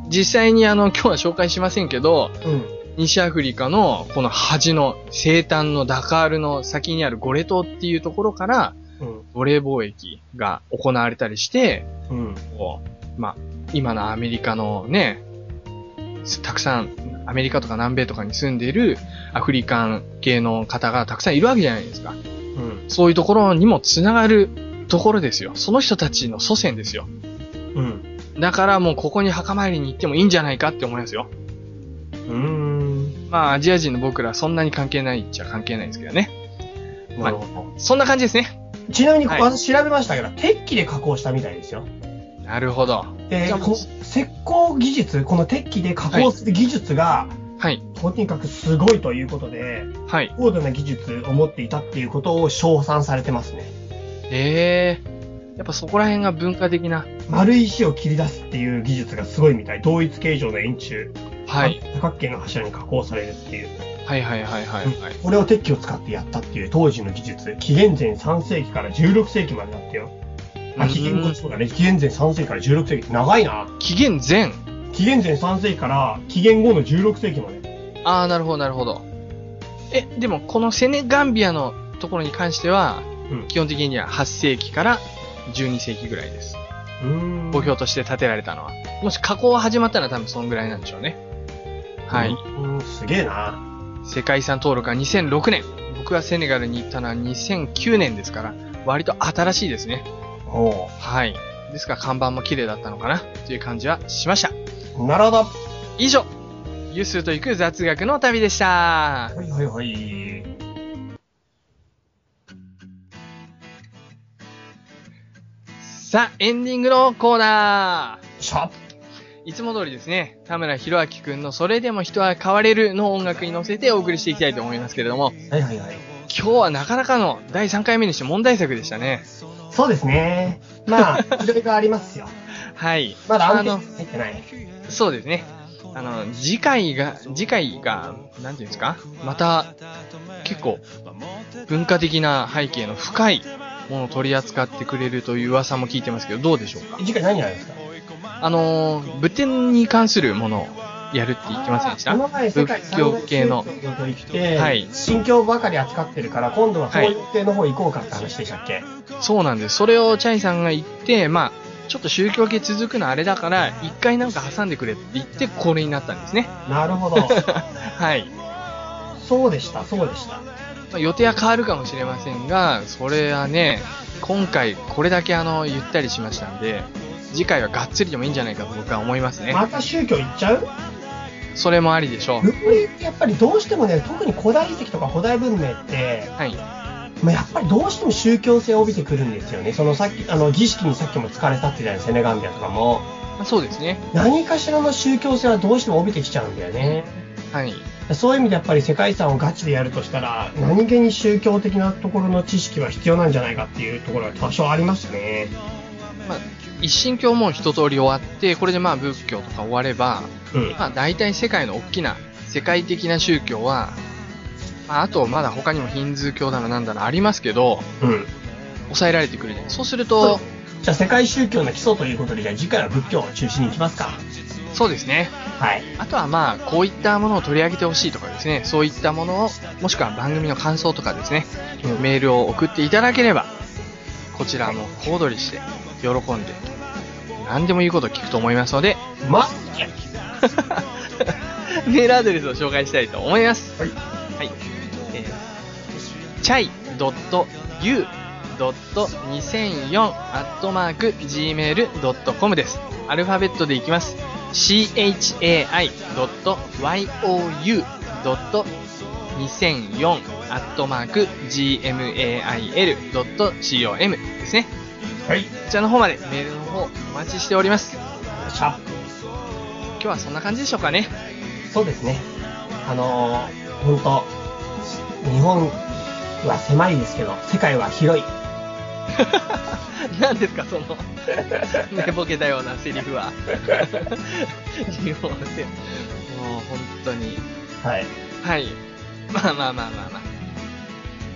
Speaker 1: 実際にあの、今日は紹介しませんけど、うん、西アフリカのこの端の西端のダカールの先にあるゴレ島っていうところから、うん、奴隷貿易が行われたりして、うん、まあ、今のアメリカのね、たくさん、アメリカとか南米とかに住んでいるアフリカン系の方がたくさんいるわけじゃないですか。うん、そういうところにもつながるところですよ。その人たちの祖先ですよ。うん。だからもうここに墓参りに行ってもいいんじゃないかって思いますよ。うーん。まあ、アジア人の僕らそんなに関係ないっちゃ関係ないんですけどね。まあ、そんな感じですね。
Speaker 2: ちなみに、私調べましたけど、はい、鉄器で加工したみたいですよ。
Speaker 1: なるほど。
Speaker 2: で、こ石膏技術、この鉄器で加工する技術が、はい。とにかくすごいということで、はい。高度な技術を持っていたっていうことを称賛されてますね。
Speaker 1: ええー、やっぱそこら辺が文化的な。
Speaker 2: 丸い石を切り出すっていう技術がすごいみたい。同一形状の円柱。はい。多角形の柱に加工されるっていう。
Speaker 1: はいはいはいはい、はい、
Speaker 2: これを鉄器を使ってやったっていう当時の技術。紀元前3世紀から16世紀までだったよ。あ、紀元後そうだね。紀元前3世紀から16世紀長いな。
Speaker 1: 紀元前
Speaker 2: 紀元前3世紀から紀元後の16世紀まで。
Speaker 1: ああ、なるほどなるほど。え、でもこのセネガンビアのところに関しては、うん、基本的には8世紀から12世紀ぐらいです。墓標として建てられたのは。もし加工が始まったら多分そのぐらいなんでしょうね。はい。
Speaker 2: うん、すげえな。
Speaker 1: 世界遺産登録は2006年。僕がセネガルに行ったのは2009年ですから、割と新しいですね。おはい。ですから看板も綺麗だったのかなという感じはしました。
Speaker 2: なるほど。
Speaker 1: 以上、ユスと行く雑学の旅でした。
Speaker 2: はいはいはい。
Speaker 1: さあ、エンディングのコーナ
Speaker 2: ー。しゃ
Speaker 1: いつも通りですね、田村博明くんのそれでも人は変われるの音楽に乗せてお送りしていきたいと思いますけれども、
Speaker 2: はいはいはい。
Speaker 1: 今日はなかなかの第3回目にして問題作でしたね。
Speaker 2: そうですね。 [laughs] まあ、いろいろありますよ。
Speaker 1: はい。
Speaker 2: まだあの、入ってない。
Speaker 1: そうですね。あの、次回が、次回が、なんていうんですかまた、結構、文化的な背景の深いものを取り扱ってくれるという噂も聞いてますけど、どうでしょうか
Speaker 2: 次回何やるんですか
Speaker 1: あのー、仏典に関するものをやるって言ってませんでした
Speaker 2: 仏教系の。はい。心境ばかり扱ってるから、今度はそういう仏典の方行こうかって話でしたっけ、はい、
Speaker 1: そうなんです。それをチャイさんが言って、まあ、ちょっと宗教系続くのあれだから、一回なんか挟んでくれって言って、これになったんですね。 [laughs]
Speaker 2: なるほど。
Speaker 1: はい。
Speaker 2: そうでした、そうでした。
Speaker 1: ま予定は変わるかもしれませんが、それはね、今回これだけあの、ゆったりしましたんで、次回はがっつりでもいいんじゃないかと僕は思いますね。
Speaker 2: また宗教行っちゃう
Speaker 1: それもありでしょう。
Speaker 2: 文明ってやっぱりどうしてもね、特に古代遺跡とか古代文明って、はい。まあ、やっぱりどうしても宗教性を帯びてくるんですよね。そのさっき、あの、儀式にさっきも疲れたってじゃないセネガンビアとかも。
Speaker 1: まあ、そうですね。
Speaker 2: 何かしらの宗教性はどうしても帯びてきちゃうんだよね。
Speaker 1: はい。
Speaker 2: そういう意味でやっぱり世界遺産をガチでやるとしたら、何気に宗教的なところの知識は必要なんじゃないかっていうところは多少ありますね。
Speaker 1: まあ、一神教も一通り終わって、これでまあ仏教とか終われば、うん、まあ大体世界の大きな、世界的な宗教は、まあ、あとまだ他にもヒンズー教だのなんだのありますけど、うん、抑えられてくるじゃない。そうすると、
Speaker 2: じゃあ世界宗教の基礎ということで、じゃあ次回は仏教を中心にいきますか。
Speaker 1: そうですね。
Speaker 2: はい。
Speaker 1: あとはまあ、こういったものを取り上げてほしいとかですね、そういったものを、もしくは番組の感想とかですね、うん、メールを送っていただければ、こちらも小躍りして、喜んで、何でも言うことを聞くと思いますので、
Speaker 2: ま
Speaker 1: メールアドレスを紹介したいと思います。はい。はい。えー、chai.u.2004-gmail.com です。アルファベットでいきます。chai.you.2004-gmail.com ですね。
Speaker 2: はい。こ
Speaker 1: ちらの方までメールの方お待ちしております。
Speaker 2: 今
Speaker 1: 日はそんな感じでしょうかね。 [laughs]
Speaker 2: そうですね。あのー、本当日本は狭いですけど、世界
Speaker 1: [laughs]
Speaker 2: は広い。
Speaker 1: 何ですかその寝ぼけたようなセリフは日本はもう本当に
Speaker 2: はい、
Speaker 1: はい、まあまあまあまあまあ。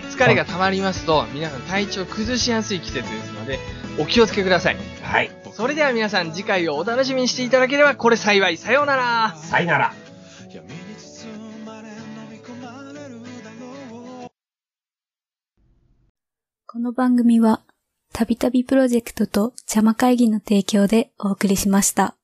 Speaker 1: 疲れが溜まりますと、皆さん体調崩しやすい季節ですので、お気をつけください。
Speaker 2: はい。
Speaker 1: それでは皆さん次回をお楽しみにしていただければこれ幸い。さようなら。
Speaker 2: さよなら。
Speaker 3: 闇に包まれ飲み込まれるだろう
Speaker 4: この番組は、たびたびプロジェクトと邪魔会議の提供でお送りしました。